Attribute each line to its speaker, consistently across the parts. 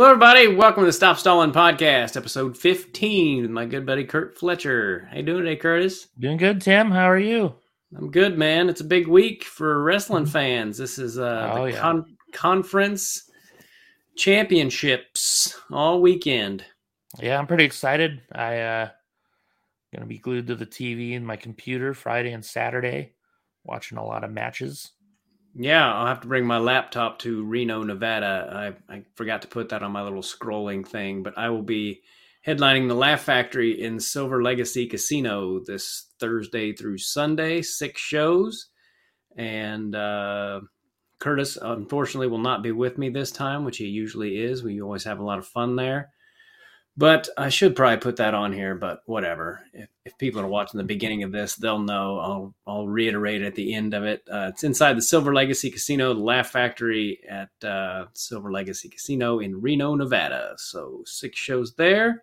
Speaker 1: everybody? Welcome to the Stop Stalling Podcast, episode 15, with my good buddy Kurt Fletcher. How you doing today, Curtis?
Speaker 2: Doing good, Tim. How are you?
Speaker 1: I'm good, man. It's a big week for wrestling fans. This is uh,
Speaker 2: Oh,
Speaker 1: the
Speaker 2: yeah.
Speaker 1: con- conference championships all weekend.
Speaker 2: Yeah, I'm pretty excited. I uh gonna be glued to the TV and my computer Friday and Saturday, watching a lot of matches.
Speaker 1: Yeah, I'll have to bring my laptop to Reno, Nevada. I, I forgot to put that on my little scrolling thing, but I will be headlining the Laugh Factory in Silver Legacy Casino this Thursday through Sunday, six shows. And uh, Curtis, unfortunately, will not be with me this time, which he usually is. We always have a lot of fun there. But I should probably put that on here, but whatever. If, if people are watching the beginning of this, they'll know. I'll, I'll reiterate at the end of it. Uh, it's inside the Silver Legacy Casino, the Laugh Factory at uh, Silver Legacy Casino in Reno, Nevada. So six shows there. We'll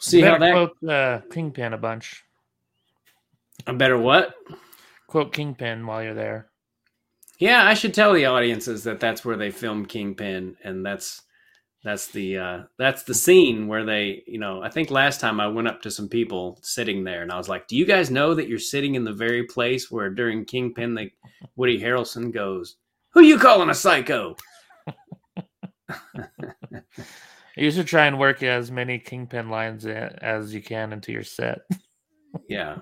Speaker 1: see how
Speaker 2: Better
Speaker 1: that.
Speaker 2: quote uh, Kingpin a bunch.
Speaker 1: A better what?
Speaker 2: Quote Kingpin while you're there.
Speaker 1: Yeah, I should tell the audiences that that's where they filmed Kingpin, and that's that's the uh, that's the scene where they, you know, I think last time I went up to some people sitting there, and I was like, "Do you guys know that you're sitting in the very place where during Kingpin, the Woody Harrelson goes, who you calling a psycho?'"
Speaker 2: You should try and work as many Kingpin lines a- as you can into your set.
Speaker 1: Yeah,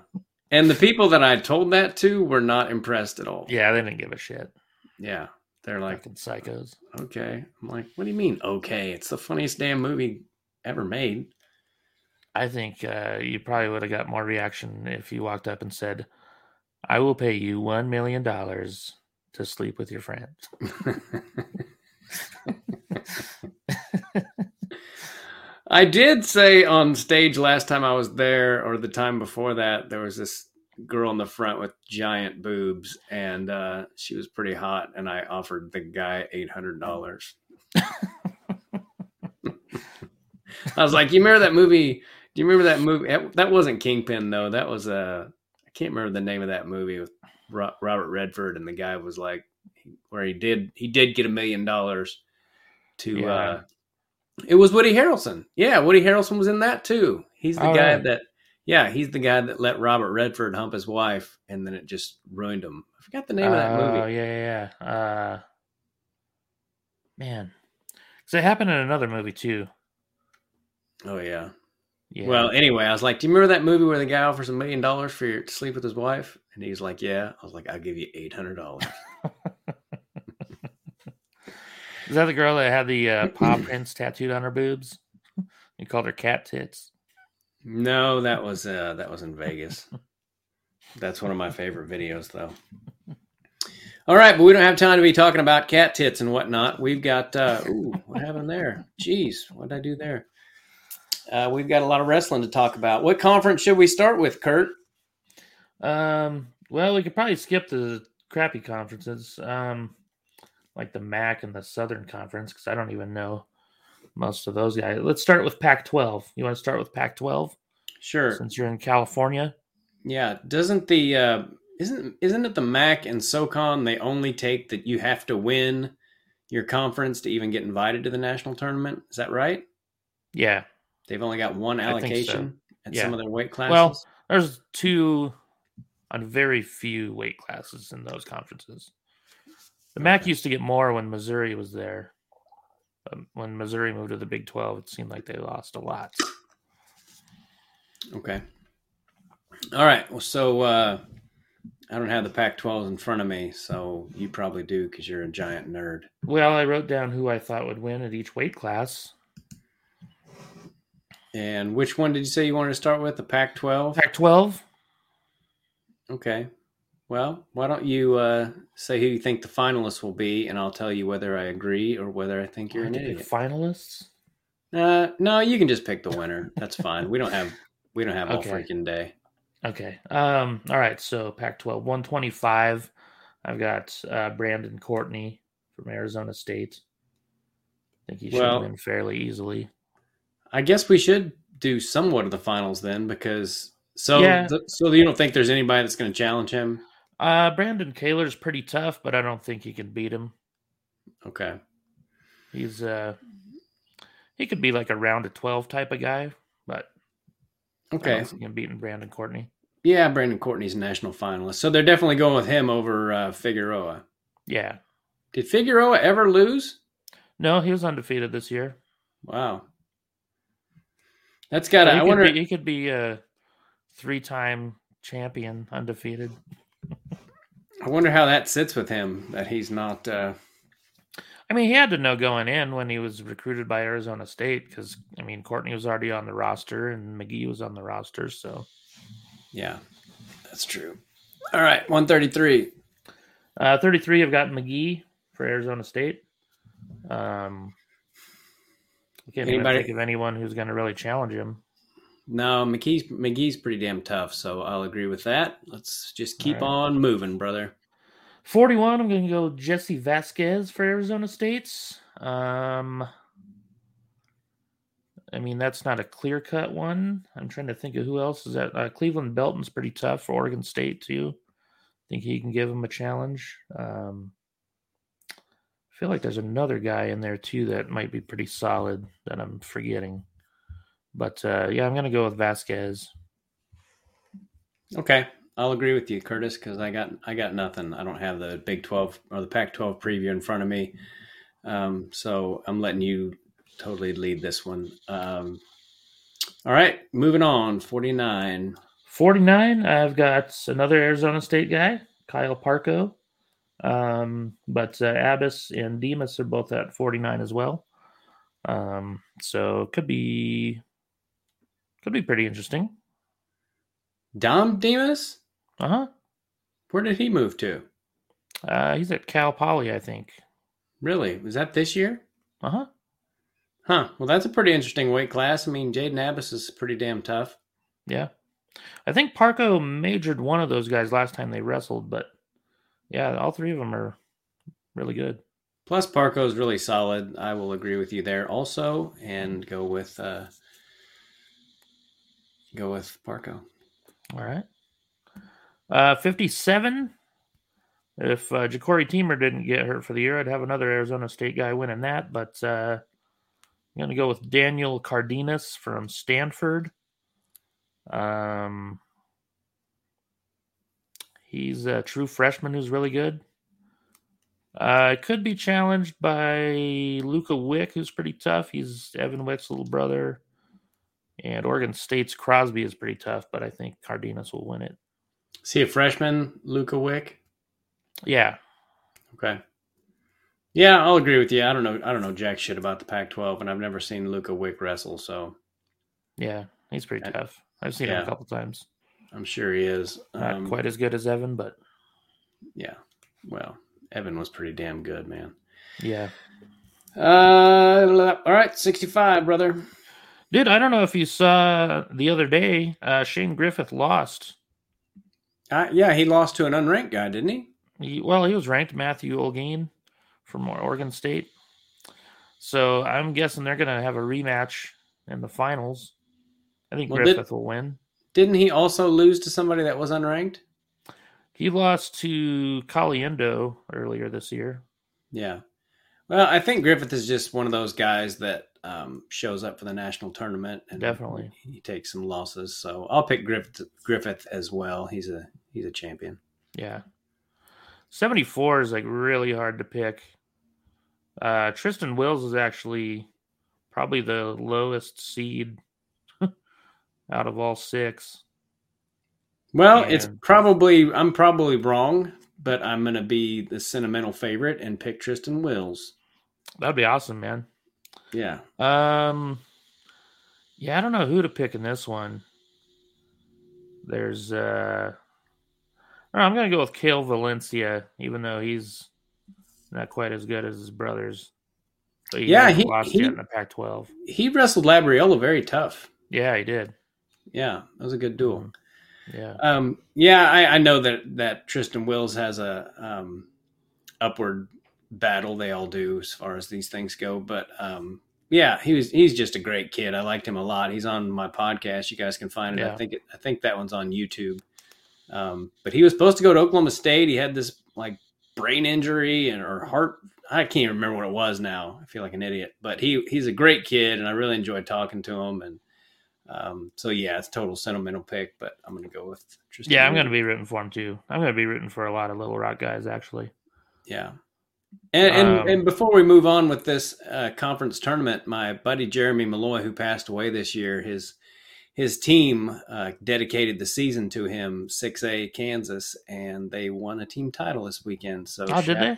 Speaker 1: and the people that I told that to were not impressed at all.
Speaker 2: Yeah, they didn't give a shit.
Speaker 1: yeah, they're like,
Speaker 2: Fucking psychos.
Speaker 1: "Okay," I'm like, "What do you mean, okay? It's the funniest damn movie ever made."
Speaker 2: I think uh, you probably would have got more reaction if you walked up and said, "I will pay you one million dollars to sleep with your friends."
Speaker 1: I did say on stage last time I was there, or the time before that, there was this girl in the front with giant boobs, and uh, she was pretty hot. And I offered the guy eight hundred dollars. I was like, "You remember that movie? Do you remember that movie? That- That wasn't Kingpin though. That was uh, I can't remember the name of that movie with Ro- Robert Redford, and the guy was like, where he did he did get a million dollars to
Speaker 2: Yeah.
Speaker 1: uh it was Woody Harrelson. Yeah, Woody Harrelson was in that too. He's the
Speaker 2: Oh,
Speaker 1: guy
Speaker 2: really?
Speaker 1: that yeah, he's the guy that let Robert Redford hump his wife and then it just ruined him. I forgot the name of that
Speaker 2: Oh,
Speaker 1: movie.
Speaker 2: yeah, yeah, yeah. Uh, man, because it happened in another movie too.
Speaker 1: Oh yeah.
Speaker 2: Yeah.
Speaker 1: Well, anyway, I was like, "Do you remember that movie where the guy offers a million dollars for your, to sleep with his wife?" And he's like, "Yeah." I was like, "I'll give you eight hundred dollars."
Speaker 2: is that the girl that had the uh, paw prints tattooed on her boobs? You called her cat tits.
Speaker 1: No, that was uh that was in Vegas. That's one of my favorite videos though. All right, but we don't have time to be talking about cat tits and whatnot. We've got uh ooh, what happened there? Jeez, what did I do there? Uh, we've got a lot of wrestling to talk about. What conference should we start with, Kurt?
Speaker 2: Um, well, we could probably skip the crappy conferences, um, like the MAC and the Southern Conference, because I don't even know most of those guys. Let's start with Pac-12. You want to start with Pac-12
Speaker 1: Sure.
Speaker 2: since you're in California?
Speaker 1: Yeah, doesn't the uh isn't isn't it the MAC and SoCon they only take that you have to win your conference to even get invited to the national tournament? Is that right?
Speaker 2: Yeah,
Speaker 1: They've only got one
Speaker 2: I think so.
Speaker 1: allocation at
Speaker 2: Yeah.
Speaker 1: some of their weight classes.
Speaker 2: Well, there's two on very few weight classes in those conferences. The MAC
Speaker 1: Okay.
Speaker 2: used to get more when Missouri was there. Um, when Missouri moved to the Big 12, it seemed like they lost a lot.
Speaker 1: Okay. All right. Well, so uh, I don't have the Pac-12s in front of me, so you probably do because you're a giant nerd.
Speaker 2: Well, I wrote down who I thought would win at each weight class.
Speaker 1: And which one did you say you wanted to start with? The Pac-12.
Speaker 2: Pac 12,
Speaker 1: Okay. Well, why don't you uh, say who you think the finalists will be, and I'll tell you whether I agree or whether I think you're an idiot.
Speaker 2: finalists.
Speaker 1: Uh, no, you can just pick the winner. That's fine. We don't have we don't have all
Speaker 2: Okay.
Speaker 1: freaking day.
Speaker 2: Okay. Um. All right. So Pac 12, 125. I've got uh, Brandon Courtney from Arizona State. I think he should
Speaker 1: Well-
Speaker 2: win fairly easily.
Speaker 1: I guess we should do somewhat of the finals then, because so
Speaker 2: Yeah.
Speaker 1: th- so you don't think there's anybody that's going to challenge him.
Speaker 2: Uh, Brandon Kaler's pretty tough, but I don't think you can beat him.
Speaker 1: Okay.
Speaker 2: He's uh, He could be like a round of 12 type of guy, but I
Speaker 1: Okay.
Speaker 2: don't see him beating Brandon Courtney.
Speaker 1: Yeah, Brandon Courtney's a national finalist. So they're definitely going with him over uh, Figueroa.
Speaker 2: Yeah.
Speaker 1: Did Figueroa ever lose?
Speaker 2: No, he was undefeated this year.
Speaker 1: Wow. That's got to,
Speaker 2: he,
Speaker 1: I
Speaker 2: could
Speaker 1: wonder,
Speaker 2: be, he could be a three time champion undefeated.
Speaker 1: I wonder how that sits with him that he's not, uh,
Speaker 2: I mean, he had to know going in when he was recruited by Arizona State because, I mean, Courtney was already on the roster and McGee was on the roster. So,
Speaker 1: yeah, that's true. All right, 133.
Speaker 2: uh, 33, I've got McGee for Arizona State. Um, I can't
Speaker 1: Anybody-
Speaker 2: even think of anyone who's going to really challenge him.
Speaker 1: No, McGee's, McGee's pretty damn tough, so I'll agree with that. Let's just keep
Speaker 2: right.
Speaker 1: on moving, brother.
Speaker 2: 41, I'm going to go Jesse Vasquez for Arizona State's. Um, I mean, that's not a clear cut one. I'm trying to think of who else is that. Uh, Cleveland Belton's pretty tough for Oregon State, too. think he can give him a challenge. Um, I feel like there's another guy in there, too, that might be pretty solid that I'm forgetting. But uh, yeah, I'm going to go with Vasquez.
Speaker 1: Okay, I'll agree with you, Curtis, because I got I got nothing. I don't have the Big Twelve or the Pac twelve preview in front of me, um, so I'm letting you totally lead this one. Um, all right, moving on. Forty nine.
Speaker 2: 49, I've got another Arizona State guy, Kyle Parko. Um, but uh, Abbas and Demas are both at 49 as well. Um, so it could be could be pretty interesting.
Speaker 1: Dom Demas,
Speaker 2: Uh-huh.
Speaker 1: where did he move to?
Speaker 2: Uh he's at Cal Poly, I think.
Speaker 1: Really, was that this year?
Speaker 2: Uh-huh.
Speaker 1: Huh. Well, that's a pretty interesting weight class. I mean, Jaden Abbas is pretty damn tough.
Speaker 2: Yeah. I think Parko majored one of those guys last time they wrestled, but yeah, all three of them are really good.
Speaker 1: Plus, Parco is really solid. I will agree with you there also, and go with uh, go with Parco.
Speaker 2: All right. Uh, 57. If uh, Ja'Cory Teamer didn't get hurt for the year, I'd have another Arizona State guy winning that. But uh, I'm going to go with Daniel Cardenas from Stanford. Um, he's a true freshman who's really good. Uh, could be challenged by Luca Wick, who's pretty tough. He's Evan Wick's little brother. And Oregon State's Crosby is pretty tough, but I think Cardenas will win it.
Speaker 1: See a freshman, Luca Wick.
Speaker 2: Yeah.
Speaker 1: Okay. Yeah, I'll agree with you. I don't know. I don't know jack shit about the Pac-12, and I've never seen Luca Wick wrestle, so
Speaker 2: Yeah. He's pretty
Speaker 1: And-
Speaker 2: tough. I've seen him
Speaker 1: yeah.
Speaker 2: a couple times.
Speaker 1: I'm sure he is.
Speaker 2: Not
Speaker 1: Um,
Speaker 2: quite as good as Evan, but
Speaker 1: Yeah. Well, Evan was pretty damn good, man.
Speaker 2: yeah.
Speaker 1: Uh, all right, sixty-five, brother.
Speaker 2: Dude, I don't know if you saw the other day, uh, Shane Griffith lost.
Speaker 1: Uh, yeah, he lost to an unranked guy, didn't he?
Speaker 2: He, well, he was ranked Matthew Olgain from Oregon State. So I'm guessing they're going to have a rematch in the finals. I think
Speaker 1: Well, did-
Speaker 2: Griffith will win.
Speaker 1: Didn't he also lose to somebody that was unranked?
Speaker 2: He lost to Caliendo earlier this year.
Speaker 1: Yeah. Well, I think Griffith is just one of those guys that um, shows up for the national tournament and
Speaker 2: Definitely.
Speaker 1: he takes some losses. So I'll pick Griffith, Griffith as well. He's a he's a champion.
Speaker 2: Yeah. 74 is like really hard to pick. Uh Tristan Wills is actually probably the lowest seed out of all six.
Speaker 1: Well, it's
Speaker 2: And-
Speaker 1: probably I'm probably wrong, but I'm gonna be the sentimental favorite and pick Tristan Wills.
Speaker 2: That'd be awesome, man.
Speaker 1: Yeah,
Speaker 2: Um Yeah, I don't know who to pick in this one. There's uh I don't know, I'm gonna go with Kale Valencia, even though he's not quite as good as his brothers. But
Speaker 1: Yeah,
Speaker 2: hasn't
Speaker 1: he-
Speaker 2: lost
Speaker 1: he-
Speaker 2: yet in the Pac-12.
Speaker 1: he wrestled Labriola very tough.
Speaker 2: Yeah, he did.
Speaker 1: Yeah, that was a good duel.
Speaker 2: Yeah.
Speaker 1: Um, yeah, I, I know that that Tristan Wills has a um, upward battle. They all do as far as these things go. But um, yeah, he was he's just a great kid. I liked him a lot. He's on my podcast. You guys can find it. I
Speaker 2: Yeah.
Speaker 1: think it, I think that one's on YouTube. Um, but he was supposed to go to Oklahoma State. He had this like brain injury and or heart I can't even remember what it was now. I feel like an idiot, but he he's a great kid, and I really enjoyed talking to him. And um, so yeah, it's total sentimental pick, but I'm gonna go with Tristan.
Speaker 2: Yeah, I'm
Speaker 1: Reed.
Speaker 2: going to be rooting for him too. I'm going to be rooting for a lot of Little Rock guys, actually.
Speaker 1: Yeah. And, and,
Speaker 2: Um,
Speaker 1: and before we move on with this uh, conference tournament, my buddy Jeremy Malloy, who passed away this year, his his team uh, dedicated the season to him, 6A Kansas, and they won a team title this weekend. So
Speaker 2: Oh, did
Speaker 1: shout-
Speaker 2: they?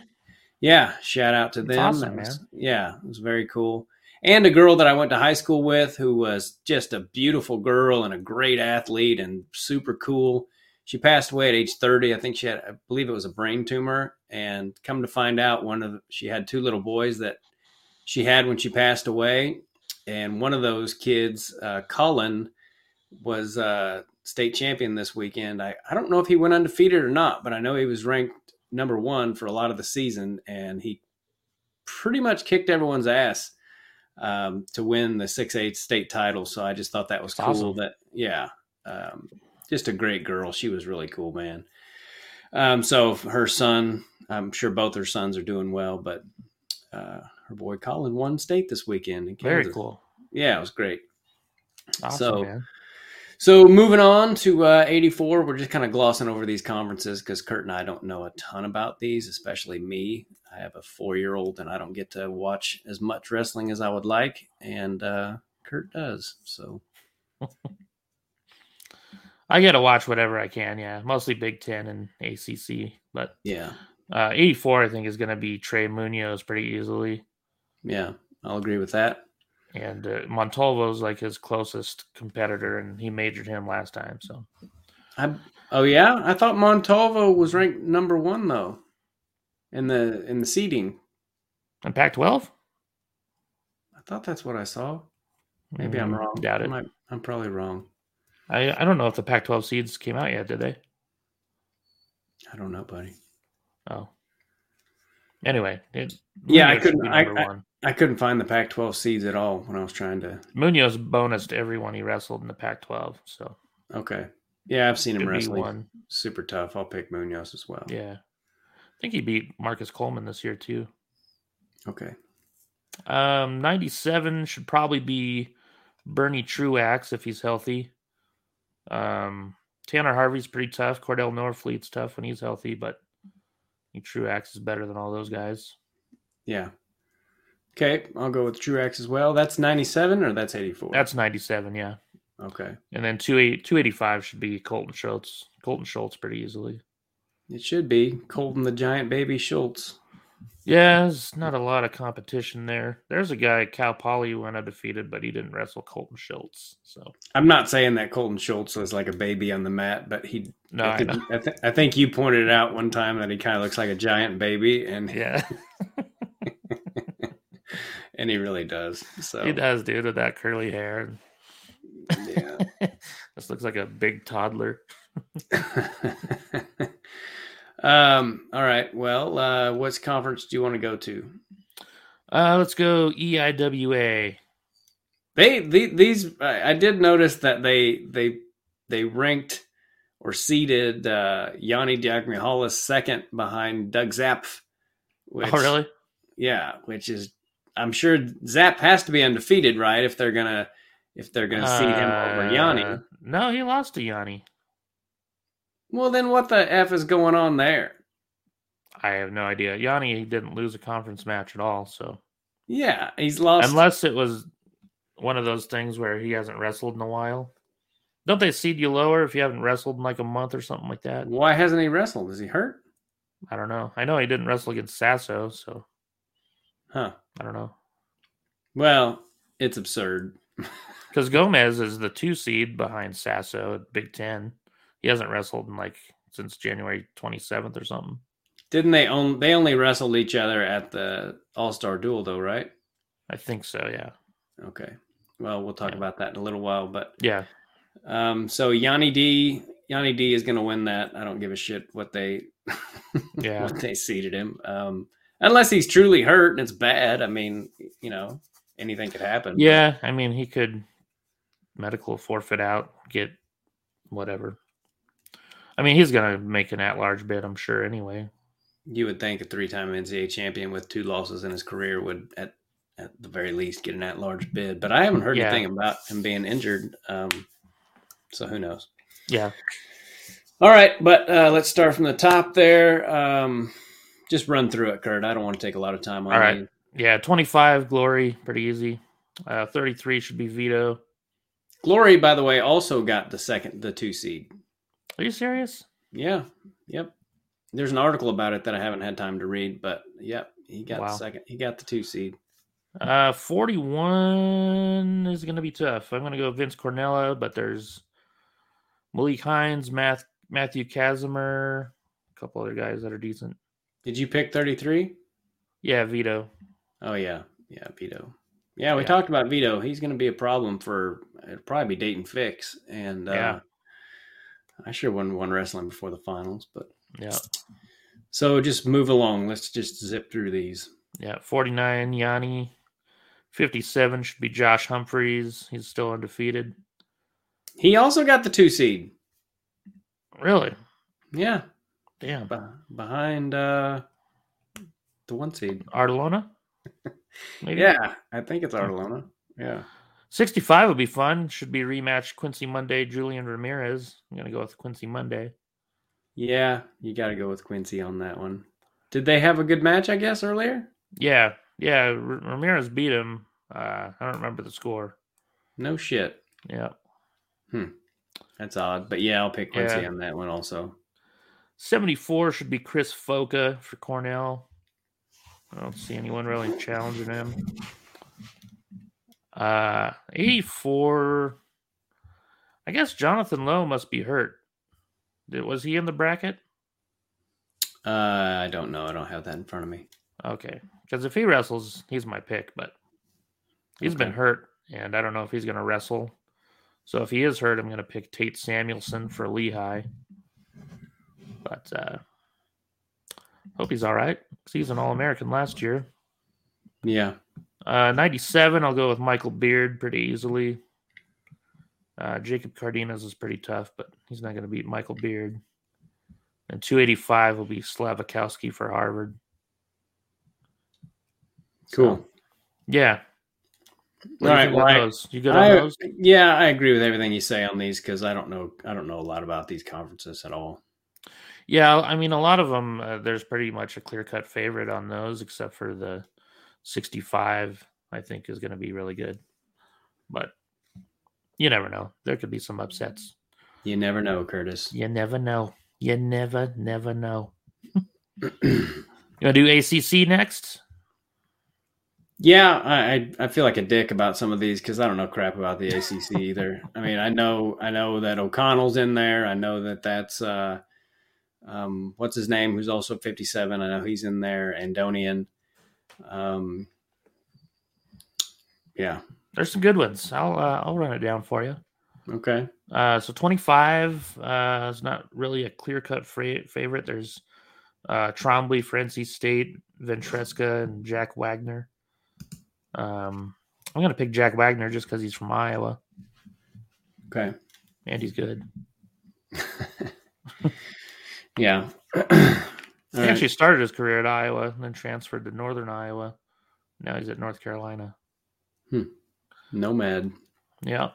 Speaker 1: Yeah, shout out to
Speaker 2: That's
Speaker 1: them.
Speaker 2: awesome,
Speaker 1: That was- Yeah, it was very cool. And a girl that I went to high school with who was just a beautiful girl and a great athlete and super cool. She passed away at age 30. I think she had, I believe it was a brain tumor. And come to find out, one of the, she had two little boys that she had when she passed away. And one of those kids, uh, Cullen, was uh, state champion this weekend. I, I don't know if he went undefeated or not, but I know he was ranked number one for a lot of the season, and he pretty much kicked everyone's ass um, to win the six eight state title. So I just thought that was
Speaker 2: That's
Speaker 1: cool.
Speaker 2: awesome.
Speaker 1: That yeah, um, just a great girl. She was really cool, man. Um, so her son, I'm sure both her sons are doing well, but uh, her boy Colin won state this weekend. in
Speaker 2: Very
Speaker 1: Kansas.
Speaker 2: cool.
Speaker 1: Yeah, it was great.
Speaker 2: Awesome,
Speaker 1: So-
Speaker 2: man.
Speaker 1: So moving on to uh, 84, we're just kind of glossing over these conferences because Kurt and I don't know a ton about these, especially me. I have a four year old and I don't get to watch as much wrestling as I would like, and uh, Kurt does. So
Speaker 2: I got to watch whatever I can. Yeah, mostly Big Ten and ACC, but
Speaker 1: yeah,
Speaker 2: uh, 84 I think is going to be Trey Munoz pretty easily,
Speaker 1: yeah, I'll agree with that.
Speaker 2: and uh, Montalvo's like his closest competitor, and he majored him last time. So
Speaker 1: I, oh yeah, I thought Montalvo was ranked number one though in the in the seeding.
Speaker 2: and Pac-12.
Speaker 1: I thought that's what I saw. Maybe I'm
Speaker 2: Mm,
Speaker 1: wrong.
Speaker 2: Doubt it.
Speaker 1: I might- I'm probably wrong.
Speaker 2: I, I don't know if the Pac-12 seeds came out yet. Did they?
Speaker 1: I don't know, buddy.
Speaker 2: Oh. Anyway, it,
Speaker 1: Yeah, I
Speaker 2: Munoz should
Speaker 1: couldn't-
Speaker 2: be
Speaker 1: I-
Speaker 2: number
Speaker 1: I-
Speaker 2: one.
Speaker 1: I couldn't find the Pac 12 seeds at all when I was trying to
Speaker 2: Munoz bonused everyone he wrestled in the Pac-12, so
Speaker 1: Okay. Yeah, I've seen him
Speaker 2: could be
Speaker 1: wrestle.
Speaker 2: one.
Speaker 1: Super tough. I'll pick Munoz as well.
Speaker 2: Yeah, I think he beat Marcus Coleman this year too.
Speaker 1: Okay.
Speaker 2: Um, 97 should probably be Bernie Truax if he's healthy. Um, Tanner Harvey's pretty tough. Cordell Norfleet's tough when he's healthy, but I think Truax is better than all those guys.
Speaker 1: Yeah. Okay. I'll go with Truax as well. That's 97 or that's 84?
Speaker 2: That's 97, yeah.
Speaker 1: okay.
Speaker 2: And then 28 285 should be Colton Schultz. Colton Schultz pretty easily.
Speaker 1: It should be Colton the Giant Baby Schultz.
Speaker 2: Yeah, there's not a lot of competition there. There's a guy, Cal Poly, who went undefeated, but he didn't wrestle Colton Schultz. So,
Speaker 1: I'm not saying that Colton Schultz was like a baby on the mat, but he.
Speaker 2: no,
Speaker 1: I,
Speaker 2: I
Speaker 1: think,
Speaker 2: know.
Speaker 1: I, thi- I think you pointed it out one time that he kind of looks like a giant baby, and
Speaker 2: Yeah.
Speaker 1: and he really does. So
Speaker 2: He does, dude, with that curly hair.
Speaker 1: yeah.
Speaker 2: this looks like a big toddler.
Speaker 1: um. All right. Well, uh, what conference do you want to go to?
Speaker 2: Uh, let's go EIWA.
Speaker 1: they, the these I, I did notice that they they they ranked or seeded uh, Yanni Diagmihalis second behind Doug Zapf. Which,
Speaker 2: oh, really?
Speaker 1: Yeah, which is I'm sure Zapf has to be undefeated, right? If they're gonna if they're gonna seed him over
Speaker 2: Uh,
Speaker 1: Yanni,
Speaker 2: No, he lost to Yanni.
Speaker 1: well then what the f is going on there?
Speaker 2: I have no idea. Yanni didn't lose a conference match at all. So,
Speaker 1: Yeah, he's lost.
Speaker 2: unless it was one of those things where he hasn't wrestled in a while, don't they seed you lower if you haven't wrestled in like a month or something like that?
Speaker 1: Why hasn't he wrestled? Is he hurt?
Speaker 2: I don't know. I know he didn't wrestle against Sasso, so
Speaker 1: Huh.
Speaker 2: I don't know.
Speaker 1: Well, it's absurd.
Speaker 2: Because Gomez is the two seed behind Sasso at Big Ten. He hasn't wrestled in like since January 27th or something.
Speaker 1: Didn't they only they only wrestled each other at the All Star Duel though, right?
Speaker 2: I think so, yeah.
Speaker 1: Okay. Well, we'll talk
Speaker 2: Yeah.
Speaker 1: about that in a little while. But
Speaker 2: Yeah.
Speaker 1: um, so Yanni D, Yanni D is going to win that. I don't give a shit what they,
Speaker 2: Yeah.
Speaker 1: what they seeded him. Um, unless he's truly hurt and it's bad. I mean, you know, anything could happen.
Speaker 2: Yeah. I mean, he could medical forfeit out, get whatever. I mean, he's going to make an at large bid, I'm sure, anyway.
Speaker 1: You would think a three-time NCAA champion with two losses in his career would, at at the very least, get an at-large bid. But I haven't heard
Speaker 2: Yeah.
Speaker 1: anything about him being injured, um, so who knows?
Speaker 2: Yeah.
Speaker 1: All right, but uh, let's start from the top there. Um, just run through it, Kurt. I don't want to take a lot of time on
Speaker 2: All right.
Speaker 1: these.
Speaker 2: Yeah. 25, Glory. Pretty easy. Uh, 33 should be Vito.
Speaker 1: Glory, by the way, also got the second, the two seed.
Speaker 2: Are you serious?
Speaker 1: Yeah, yep. There's an article about it that I haven't had time to read, but yep, he got
Speaker 2: Wow.
Speaker 1: the second. He got the two seed.
Speaker 2: Uh, 41 is going to be tough. I'm going to go Vince Cornella, but there's Malik Hines, Math, Matthew Casimir, a couple other guys that are decent.
Speaker 1: Did you pick 33?
Speaker 2: Yeah, Vito.
Speaker 1: Oh yeah, yeah, Vito. Yeah, we
Speaker 2: Yeah.
Speaker 1: talked about Vito. He's going to be a problem for it'll probably be Dayton Fix, and uh,
Speaker 2: Yeah.
Speaker 1: I sure wouldn't want wrestling before the finals, but
Speaker 2: Yeah.
Speaker 1: so just move along. Let's just zip through these.
Speaker 2: Yeah. 49, Yanni. 57 should be Josh Humphreys. He's still undefeated.
Speaker 1: He also got the two seed.
Speaker 2: Really?
Speaker 1: Yeah,
Speaker 2: Damn.
Speaker 1: beh- behind uh, the one seed.
Speaker 2: Artelona? Maybe?
Speaker 1: Yeah, I think it's Artelona. Yeah.
Speaker 2: 65 would be fun. Should be rematch Quincy Monday, Julian Ramirez. I'm going to go with Quincy Monday.
Speaker 1: Yeah, you got to go with Quincy on that one. Did they have a good match, I guess, earlier?
Speaker 2: Yeah. Yeah. R- Ramirez beat him. Uh, I don't remember the score.
Speaker 1: No shit.
Speaker 2: Yeah.
Speaker 1: That's odd. But yeah, I'll pick Quincy
Speaker 2: Yeah.
Speaker 1: on that one also.
Speaker 2: 74 should be Chris Foca for Cornell. I don't see anyone really challenging him. Uh, 84. I guess Jonathan Lowe must be hurt. Did, was he in the bracket?
Speaker 1: Uh, I don't know. I don't have that in front of me.
Speaker 2: Okay. Because if he wrestles, he's my pick, but he's been
Speaker 1: Okay.
Speaker 2: hurt, and I don't know if he's going to wrestle. So if he is hurt, I'm going to pick Tate Samuelson for Lehigh. But uh hope he's all right. 'cause He was an All American last year.
Speaker 1: Yeah.
Speaker 2: Uh, 97, I'll go with Michael Beard pretty easily. Uh, Jacob Cardenas is pretty tough, but he's not going to beat Michael Beard. And 285 will be Slavakowski for Harvard.
Speaker 1: Cool.
Speaker 2: Yeah. What do you
Speaker 1: All right,
Speaker 2: think on
Speaker 1: well, I-
Speaker 2: those? You good on
Speaker 1: I-
Speaker 2: those?
Speaker 1: yeah, I agree with everything you say on these because I don't know. I don't know a lot about these conferences at all.
Speaker 2: Yeah, I mean, a lot of them, uh, there's pretty much a clear cut favorite on those, except for the 65, I think, is going to be really good. But you never know. There could be some upsets.
Speaker 1: You never know, Curtis.
Speaker 2: You never know. You never, never know. You want to do ACC next?
Speaker 1: Yeah, I, I I feel like a dick about some of these because I don't know crap about the ACC either. I mean, I know I know that O'Connell's in there. I know that that's uh, um, what's his name, who's also fifty seven. I know he's in there. Andonian. Um, yeah.
Speaker 2: There's some good ones. I'll uh, I'll run it down for you.
Speaker 1: Okay.
Speaker 2: Uh, so 25 uh, is not really a clear cut fra- favorite. There's uh, Trombley for NC State, Ventresca, and Jack Wagner. Um, I'm going to pick Jack Wagner just because he's from Iowa
Speaker 1: Okay.
Speaker 2: and he's good.
Speaker 1: Yeah. All
Speaker 2: He
Speaker 1: right.
Speaker 2: actually started his career at Iowa and then transferred to Northern Iowa. Now he's at North Carolina.
Speaker 1: Nomad.
Speaker 2: Yeah.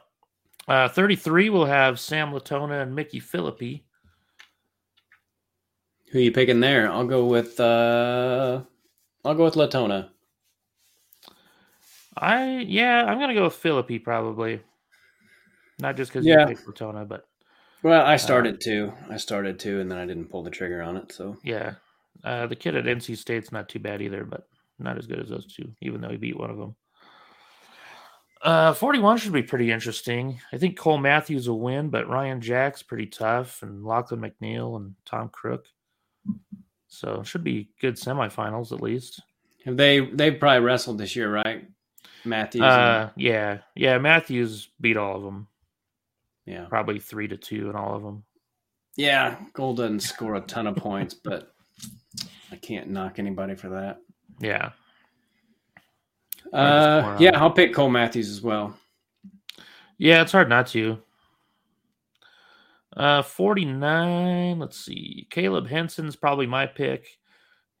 Speaker 2: Uh, 33 will have Sam Latona and Mickey Philippi.
Speaker 1: Who you picking there? I'll go with uh I'll go with Latona.
Speaker 2: I yeah, I'm gonna go with Philippi probably. Not just because
Speaker 1: Yeah.
Speaker 2: you picked Latona, but
Speaker 1: Well, I started to. I started to and then I didn't pull the trigger on it, so
Speaker 2: yeah, uh, the kid at NC State's not too bad either, but not as good as those two, even though he beat one of them. Uh, 41 should be pretty interesting. I think Cole Matthews will win, but Ryan Jack's pretty tough, and Lachlan McNeil and Tom Crook. So it should be good semifinals at least.
Speaker 1: have they they probably wrestled this year, right? Matthews. and-
Speaker 2: Uh, yeah, yeah. Matthews beat all of them,
Speaker 1: yeah.
Speaker 2: probably three to two in all of them.
Speaker 1: Yeah, Gold doesn't score a ton of points, but I can't knock anybody for that.
Speaker 2: Yeah. just
Speaker 1: Uh
Speaker 2: more
Speaker 1: yeah,
Speaker 2: on-
Speaker 1: I'll pick Cole Matthews as well.
Speaker 2: Yeah, it's hard not to. Uh, 49. Let's see. Caleb Henson's probably my pick.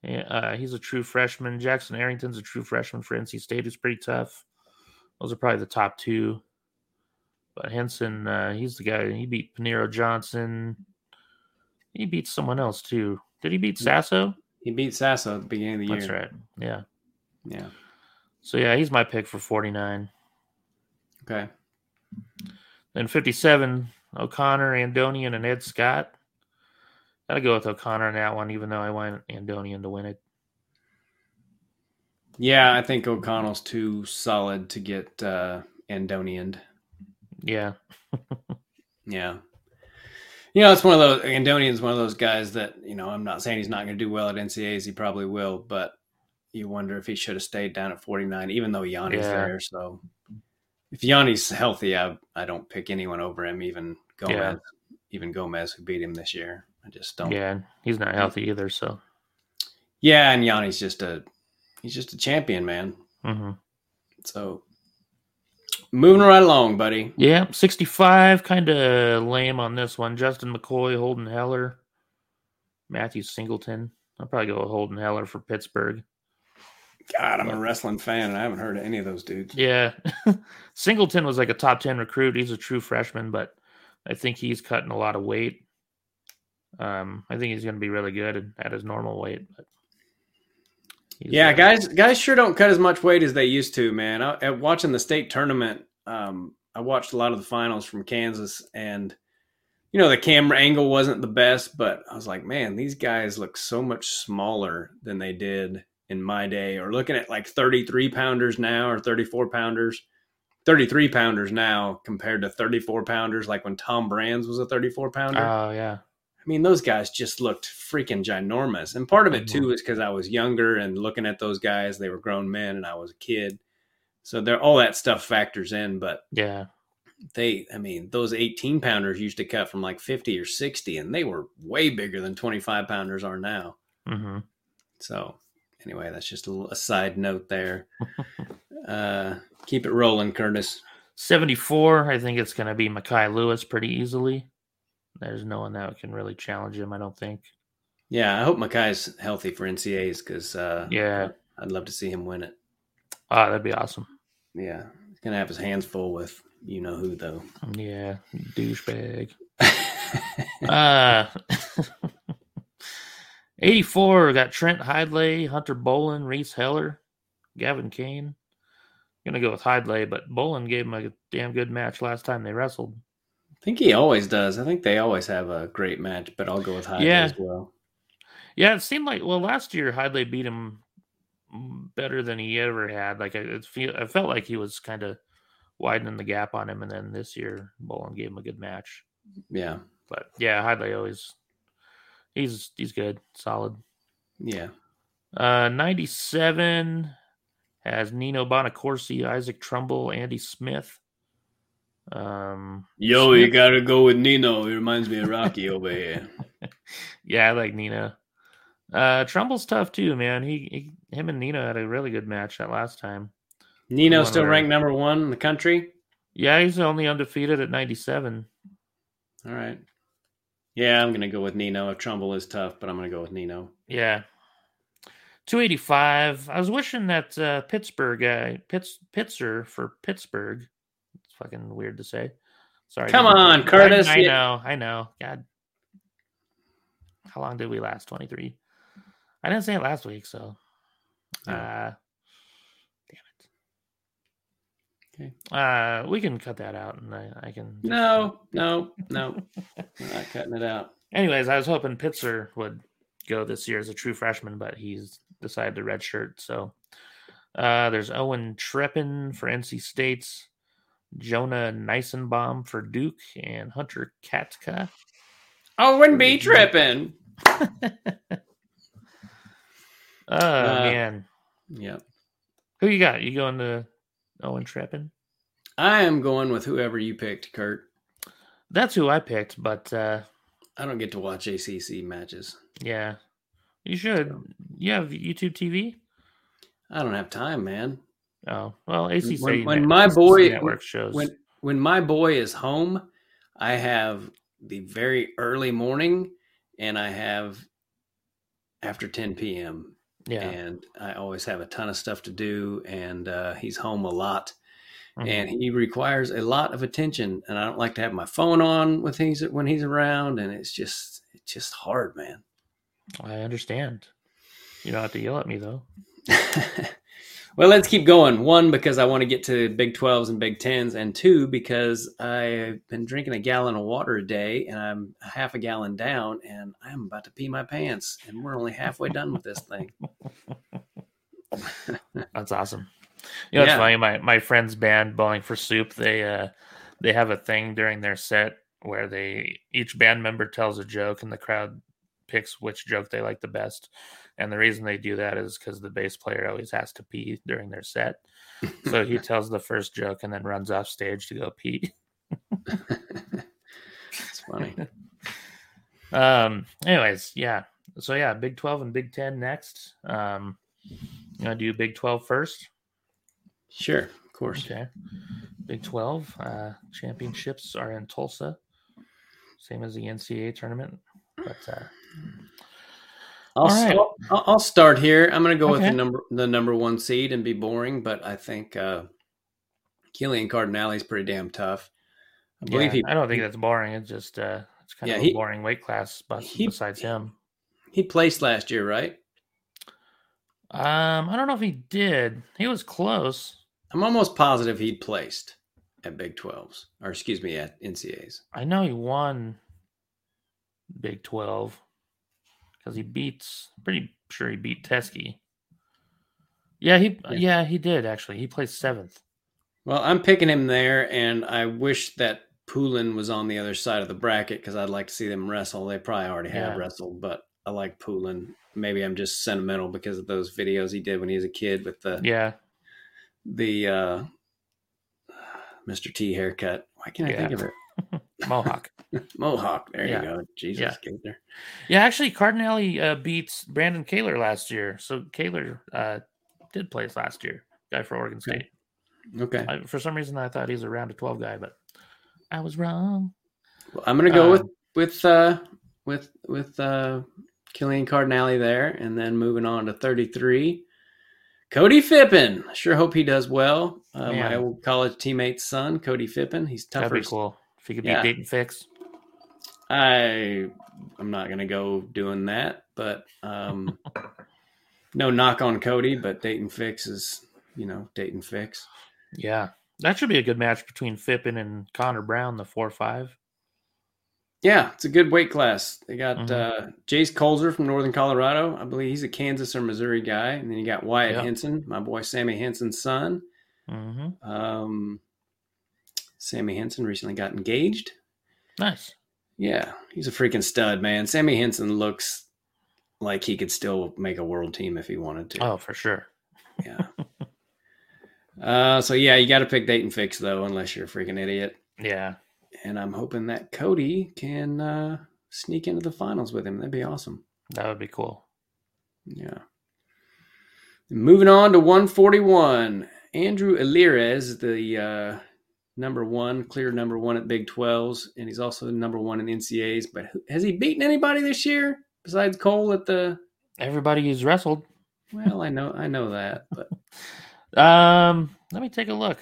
Speaker 2: Yeah, uh, he's a true freshman. Jackson Arrington's a true freshman for NC State, who's pretty tough. Those are probably the top two. But Henson, uh, he's the guy. He beat Panero Johnson. He beat someone else too. Did he beat Sasso?
Speaker 1: He beat Sasso at the beginning of the
Speaker 2: That's
Speaker 1: year.
Speaker 2: right. Yeah.
Speaker 1: Yeah.
Speaker 2: So yeah, he's my pick for 49.
Speaker 1: Okay.
Speaker 2: Then 57, O'Connor, Andonian, and Ed Scott. Gotta go with O'Connor on that one, even though I want Andonian to win it.
Speaker 1: Yeah, I think O'Connell's too solid to get uh, Andonianed.
Speaker 2: Yeah.
Speaker 1: Yeah. You know, it's one of those Andonian's one of those guys that, you know, I'm not saying he's not gonna do well at NCAs, he probably will, but you wonder if he should have stayed down at forty nine, even though Yanni's
Speaker 2: Yeah.
Speaker 1: there. So if Yanni's healthy, I I don't pick anyone over him, even Gomez
Speaker 2: Yeah.
Speaker 1: even Gomez who beat him this year. I just don't
Speaker 2: Yeah. and He's not healthy either. So,
Speaker 1: Yeah, and Yanni's just a he's just a champion, man.
Speaker 2: hmm
Speaker 1: So moving right along, buddy.
Speaker 2: yeah. 65, kind of lame on this one. Justin McCoy, Holden Heller, Matthew Singleton. I'll probably go with Holden Heller for Pittsburgh.
Speaker 1: God, I'm a wrestling fan and I haven't heard of any of those dudes.
Speaker 2: Yeah. Singleton was like a top 10 recruit. He's a true freshman, but I think he's cutting a lot of weight. Um, I think he's going to be really good at his normal weight. But he's,
Speaker 1: Yeah,
Speaker 2: uh,
Speaker 1: guys, guys sure don't cut as much weight as they used to, man. I, at watching the state tournament, um, I watched a lot of the finals from Kansas, and you know the camera angle wasn't the best, but I was like, man, these guys look so much smaller than they did in my day. Or looking at like thirty-three pounders now, or thirty-four pounders, thirty-three pounders now compared to thirty-four pounders, like when Tom Brands was a thirty-four pounder.
Speaker 2: Oh, yeah.
Speaker 1: I mean, those guys just looked freaking ginormous. And part of it too is because I was younger and looking at those guys, they were grown men and I was a kid. So there all that stuff factors in, but
Speaker 2: Yeah.
Speaker 1: they I mean, those 18 pounders used to cut from like 50 or 60, and they were way bigger than 25 pounders are now.
Speaker 2: hmm
Speaker 1: So anyway, that's just a little aside note there. uh keep it rolling, Curtis.
Speaker 2: 74, I think it's going to be Makai Lewis pretty easily. There's no one that can really challenge him, I don't think.
Speaker 1: Yeah, I hope Makai's healthy for NCAs because uh
Speaker 2: Yeah.
Speaker 1: I'd love to see him win it.
Speaker 2: Oh, that'd be awesome.
Speaker 1: Yeah, he's gonna have his hands full with you know who though.
Speaker 2: Yeah. Douchebag. Uh, 84 we got Trent Hidley, Hunter Bolin, Reese Heller, Gavin Kane. Gonna go with Hidley, but Bolin gave him a damn good match last time they wrestled.
Speaker 1: I think he always does. I think they always have a great match, but I'll go with Hyde
Speaker 2: Yeah.
Speaker 1: as well.
Speaker 2: Yeah, it seemed like well last year Hidley beat him better than he ever had. Like I it feel, I felt like he was kind of widening the gap on him, and then this year Bolin gave him a good match.
Speaker 1: Yeah,
Speaker 2: But yeah, Hidley always he's he's good, solid.
Speaker 1: yeah.
Speaker 2: Uh, 97 has Nino Bonacorsi, Isaac Trumbull, Andy Smith. Um,
Speaker 1: Yo,
Speaker 2: you
Speaker 1: gotta go with Nino. He reminds me of Rocky over here.
Speaker 2: yeah, I like Nino. Uh, Trumbull's tough too, man. He, he him and Nino had a really good match that last time.
Speaker 1: Nino
Speaker 2: One
Speaker 1: still
Speaker 2: other-
Speaker 1: ranked number one in the country.
Speaker 2: Yeah, he's only undefeated at 97.
Speaker 1: All right. Yeah, I'm gonna go with Nino. Trumbull is tough, but I'm gonna go with Nino.
Speaker 2: Yeah. 285. I was wishing that uh, Pittsburgh guy, Pitts, Pitzer for Pittsburgh. It's fucking weird to say. Sorry.
Speaker 1: Come
Speaker 2: Nino.
Speaker 1: on, Curtis.
Speaker 2: I, I
Speaker 1: you-
Speaker 2: know. I know. God. How long did we last? 23. I didn't say it last week, so.
Speaker 1: Yeah.
Speaker 2: Uh, damn
Speaker 1: Okay.
Speaker 2: it. Uh, we can cut that out and I, I can. just-
Speaker 1: No, no, no. We're not cutting it out.
Speaker 2: Anyways, I was hoping Pitzer would go this year as a true freshman, but he's decided to redshirt. So uh, there's Owen Treppin for NC State's, Jonah Nisenbaum for Duke, and Hunter Katka.
Speaker 1: Oh, wouldn't be tripping.
Speaker 2: Oh
Speaker 1: Uh,
Speaker 2: man,
Speaker 1: Yeah.
Speaker 2: who you got? You going to Owen Treppin?
Speaker 1: I am going with whoever you picked, Kurt.
Speaker 2: That's who I picked, but uh,
Speaker 1: I don't get to watch ACC matches.
Speaker 2: yeah, you should. You have YouTube TV.
Speaker 1: I don't have time, man.
Speaker 2: Oh well, ACC.
Speaker 1: When- when
Speaker 2: net-
Speaker 1: my boy-
Speaker 2: network shows,
Speaker 1: When when my boy is home, I have the very early morning and I have after 10 p.m.
Speaker 2: Yeah.
Speaker 1: and I always have a ton of stuff to do. And uh, he's home a lot,
Speaker 2: Mhm.
Speaker 1: and he requires a lot of attention. And I don't like to have my phone on with he's when he's around, and it's just it's just hard, man.
Speaker 2: I understand. You don't have to yell at me though.
Speaker 1: well, let's keep going. One because I want to get to Big Twelves and Big Tens, and two because I've been drinking a gallon of water a day, and I'm half a gallon down, and I'm about to pee my pants, and we're only halfway done with this thing.
Speaker 2: That's awesome. You know, it's
Speaker 1: Yeah.
Speaker 2: funny. My my friend's band, Bowling for Soup, they uh they have a thing during their set where they each band member tells a joke and the crowd picks which joke they like the best. And the reason they do that is because the bass player always has to pee during their set. So he tells the first joke and then runs off stage to go pee.
Speaker 1: it's funny.
Speaker 2: Um. Anyways, yeah. So yeah, Big Twelve and Big Ten next. Um, you want to do Big Twelve first?
Speaker 1: Sure, of course.
Speaker 2: Okay. Big 12 uh, championships are in Tulsa, same as the NCAA tournament. But uh,
Speaker 1: I'll,
Speaker 2: All right.
Speaker 1: I'll, I'll- I'll start here. I'm going to go with
Speaker 2: Okay.
Speaker 1: the number the number one seed and be boring, but I think uh, Killian Cardinale is pretty damn tough. I believe
Speaker 2: yeah, I don't think that's boring. It's just uh, it's kind
Speaker 1: Yeah,
Speaker 2: of
Speaker 1: he-
Speaker 2: a boring weight class. But
Speaker 1: he-
Speaker 2: besides him,
Speaker 1: he he placed last year, right?
Speaker 2: um, I don't know if he did. He was close.
Speaker 1: I'm almost positive he placed at Big 12s, or excuse me, at NCAs.
Speaker 2: I know he won Big 12 because he beats. Pretty sure he beat Teskey. Yeah, he
Speaker 1: Yeah.
Speaker 2: yeah he did actually. He placed seventh.
Speaker 1: Well, I'm picking him there, and I wish that Poulin was on the other side of the bracket because I'd like to see them wrestle. They probably already have
Speaker 2: Yeah.
Speaker 1: wrestled, but I like Poulin. Maybe I'm just sentimental because of those videos he did when he was a kid with the
Speaker 2: Yeah,
Speaker 1: the uh, Mr. T haircut. Why can't I think
Speaker 2: Yeah.
Speaker 1: of it?
Speaker 2: Mohawk.
Speaker 1: Mohawk. There
Speaker 2: Yeah.
Speaker 1: you go. Jesus,
Speaker 2: Yeah.
Speaker 1: get there.
Speaker 2: Yeah, actually, Cardinale uh, beats Brandon Kaler last year. So Kaler uh, did place last year, guy for Oregon
Speaker 1: Okay.
Speaker 2: State.
Speaker 1: Okay,
Speaker 2: I, for some reason, I thought he's a round of 12 guy, but I was wrong.
Speaker 1: well, I'm gonna go with
Speaker 2: Um,
Speaker 1: with uh, with with uh, Killian Cardinale there, and then moving on to 33. Cody Fippen. I Sure hope he does well. Uh, my
Speaker 2: Man.
Speaker 1: old college teammate's son, Cody Fippen. He's
Speaker 2: That'd
Speaker 1: tougher.
Speaker 2: be cool if he could beat
Speaker 1: Yeah.
Speaker 2: Dayton Fix.
Speaker 1: I I'm not gonna go doing that, but um, no knock on Cody, but Dayton Fix is you know Dayton Fix.
Speaker 2: Yeah, that should be a good match between Fippen and Connor Brown, the 4 5.
Speaker 1: Yeah, it's a good weight class. They got
Speaker 2: Mhm.
Speaker 1: uh, Jace Colzer from Northern Colorado. I believe he's a Kansas or Missouri guy. And then you got Wyatt
Speaker 2: Yeah.
Speaker 1: Henson, my boy Sammy Henson's son.
Speaker 2: Mm-hmm.
Speaker 1: Um, Sammy Henson recently got engaged.
Speaker 2: Nice.
Speaker 1: Yeah, he's a freaking stud, man. Sammy Henson looks like he could still make a world team if he wanted to.
Speaker 2: Oh, for sure.
Speaker 1: Yeah. uh, so, yeah, you got to pick Dayton Fix, though, unless you're a freaking idiot.
Speaker 2: Yeah.
Speaker 1: And I'm hoping that Cody can uh, sneak into the finals with him. That'd be awesome.
Speaker 2: That would be cool.
Speaker 1: Yeah. Moving on to 141. Andrew Elirez, the uh, number one, clear number one at Big 12s, and he's also number one in NCAs. But who- has he beaten anybody this year besides Cole at the?
Speaker 2: Everybody who's wrestled.
Speaker 1: Well, I know, I know that, but
Speaker 2: Um, let me take a look.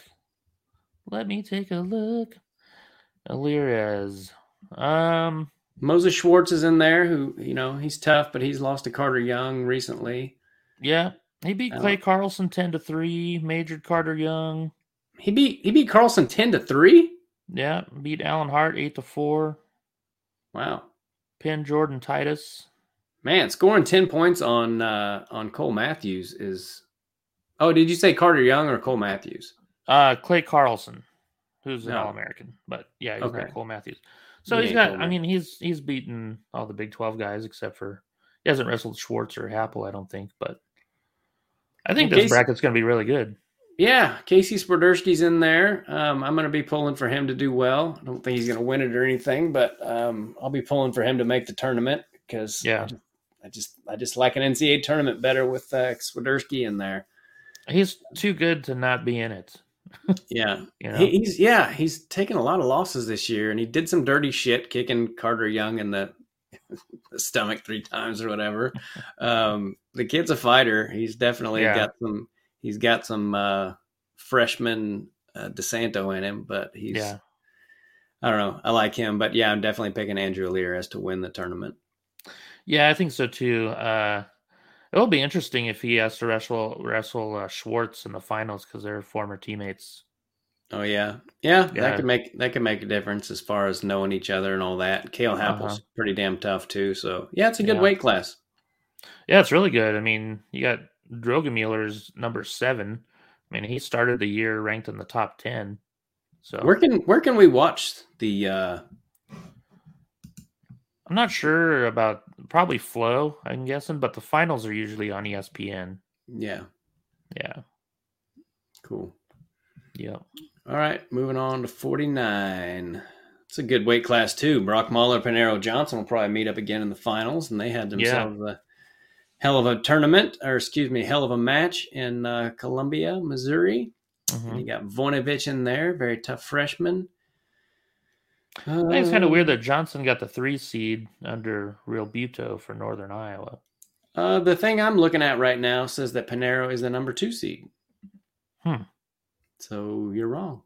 Speaker 2: Let me take a look. Alirez. Um,
Speaker 1: Moses Schwartz is in there. Who you know, he's tough, but he's lost to Carter Young recently.
Speaker 2: yeah, he beat
Speaker 1: Oh.
Speaker 2: Clay Carlson ten to three. Majored Carter Young.
Speaker 1: He beat he beat Carlson ten to three.
Speaker 2: Yeah, beat Allen Hart eight to four.
Speaker 1: Wow,
Speaker 2: Pin Jordan Titus.
Speaker 1: man, scoring ten points on uh, on Cole Matthews is. Oh, did you say Carter Young or Cole Matthews?
Speaker 2: Uh, Clay Carlson, who's an
Speaker 1: No.
Speaker 2: All American, but yeah, he's
Speaker 1: Okay.
Speaker 2: got Cole Matthews. So
Speaker 1: He
Speaker 2: he's
Speaker 1: ain't
Speaker 2: got.
Speaker 1: Cole
Speaker 2: I mean, he's he's beaten all the Big Twelve guys except for he hasn't wrestled Schwartz or Happel, I don't think. But I think
Speaker 1: Well,
Speaker 2: this
Speaker 1: Jason-
Speaker 2: bracket's going to be really good.
Speaker 1: Yeah, Casey Swiderski's in there. Um, I'm going to be pulling for him to do well. I don't think he's going to win it or anything, but um, I'll be pulling for him to make the tournament because
Speaker 2: Yeah.
Speaker 1: I just I just like an NCAA tournament better with uh, Swiderski in there.
Speaker 2: He's too good to not be in it.
Speaker 1: Yeah,
Speaker 2: You know,
Speaker 1: He, he's yeah he's taken a lot of losses this year, and he did some dirty shit kicking Carter Young in the the stomach three times or whatever. Um, the kid's a fighter. He's definitely
Speaker 2: Yeah.
Speaker 1: got some. He's got some uh, freshman uh, Desanto in him, but he's.
Speaker 2: Yeah.
Speaker 1: I don't know. I like him, but yeah, I'm definitely picking Andrew Lear as to win the tournament.
Speaker 2: Yeah, I think so too. Uh, it will be interesting if he has to wrestle wrestle uh, Schwartz in the finals because they're former teammates.
Speaker 1: Oh yeah. yeah,
Speaker 2: Yeah.
Speaker 1: That could make that could make a difference as far as knowing each other and all that. Kale Happel's
Speaker 2: Uh-huh.
Speaker 1: pretty damn tough too, so yeah, it's a good
Speaker 2: Yeah.
Speaker 1: weight class.
Speaker 2: Yeah, it's really good. I mean, you got Drogemuller's number seven. I mean, he started the year ranked in the top ten. So
Speaker 1: Where can where can we watch the? uh
Speaker 2: I'm not sure about probably Flow. I'm guessing, but the finals are usually on E ESPN.
Speaker 1: Yeah,
Speaker 2: Yeah.
Speaker 1: cool.
Speaker 2: Yeah.
Speaker 1: All right, moving on to 49. It's a good weight class too. Brock Mahler, Panero Johnson will probably meet up again in the finals, and they had themselves a hell of a tournament, or excuse me, hell of a match in uh, Columbia, Missouri. And
Speaker 2: Mhm.
Speaker 1: you got Voinovich in there, very tough freshman.
Speaker 2: I think it's kind
Speaker 1: Uh,
Speaker 2: of weird that Johnson got the three seed under Real Buto for Northern Iowa.
Speaker 1: Uh, the thing I'm looking at right now says that Panero is the number two seed.
Speaker 2: Hmm.
Speaker 1: So you're wrong.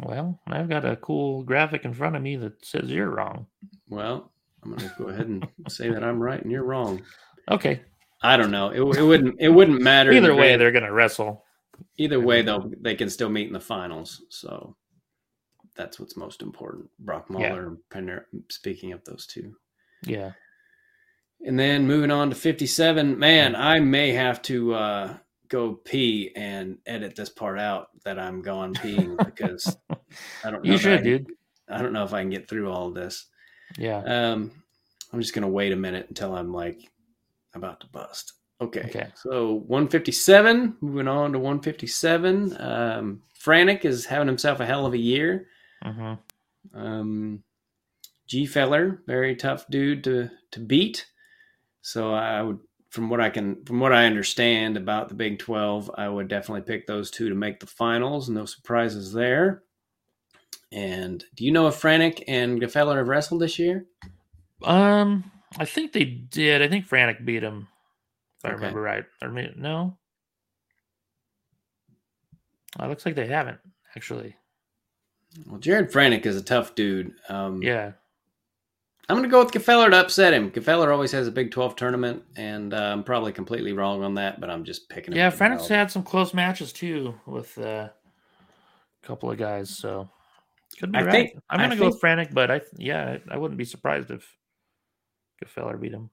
Speaker 2: Well, I've got a cool graphic in front of me that says you're wrong.
Speaker 1: Well, I'm going to go ahead and say that I'm right and you're wrong.
Speaker 2: Okay.
Speaker 1: I don't know. It, it wouldn't. It wouldn't matter in
Speaker 2: Either
Speaker 1: the
Speaker 2: way,
Speaker 1: grand-
Speaker 2: they're going to wrestle.
Speaker 1: Either way, though, they can still meet in the finals. So that's what's most important. Brock Mahler and Penner. Speaking of those two,
Speaker 2: Yeah.
Speaker 1: and then moving on to fifty-seven. Man, I may have to uh, go pee and edit this part out that I'm gone peeing because I don't. Know that I
Speaker 2: You should,
Speaker 1: can-
Speaker 2: dude.
Speaker 1: I don't know if I can get through all of this.
Speaker 2: Yeah.
Speaker 1: Um, I'm just gonna wait a minute until I'm like about to bust. Okay.
Speaker 2: Okay.
Speaker 1: So 157. Moving on to 157. Um, Franek is having himself a hell of a year.
Speaker 2: hmm
Speaker 1: Um, G Feller, very tough dude to to beat. So I would, from what I can, from what I understand about the Big 12, I would definitely pick those two to make the finals. No surprises there. And do you know if Franek and Gefeller have wrestled this year?
Speaker 2: Um, I think they did. I think Franek beat him, if I
Speaker 1: Okay.
Speaker 2: remember right. Or may- no? Uh, looks like they haven't, actually.
Speaker 1: Well, Jared Franek is a tough dude. Um,
Speaker 2: Yeah.
Speaker 1: I'm going to go with Gefeller to upset him. Gefeller always has a Big 12 tournament, and uh, I'm probably completely wrong on that, but I'm just picking him.
Speaker 2: Yeah.
Speaker 1: to
Speaker 2: Franek's
Speaker 1: win.
Speaker 2: had some close matches, too, with uh, a couple of guys. So could be
Speaker 1: I
Speaker 2: right.
Speaker 1: think-
Speaker 2: I'm
Speaker 1: I
Speaker 2: going to go with Franek, but I, th- yeah, I, I wouldn't be surprised if Gefeller beat him.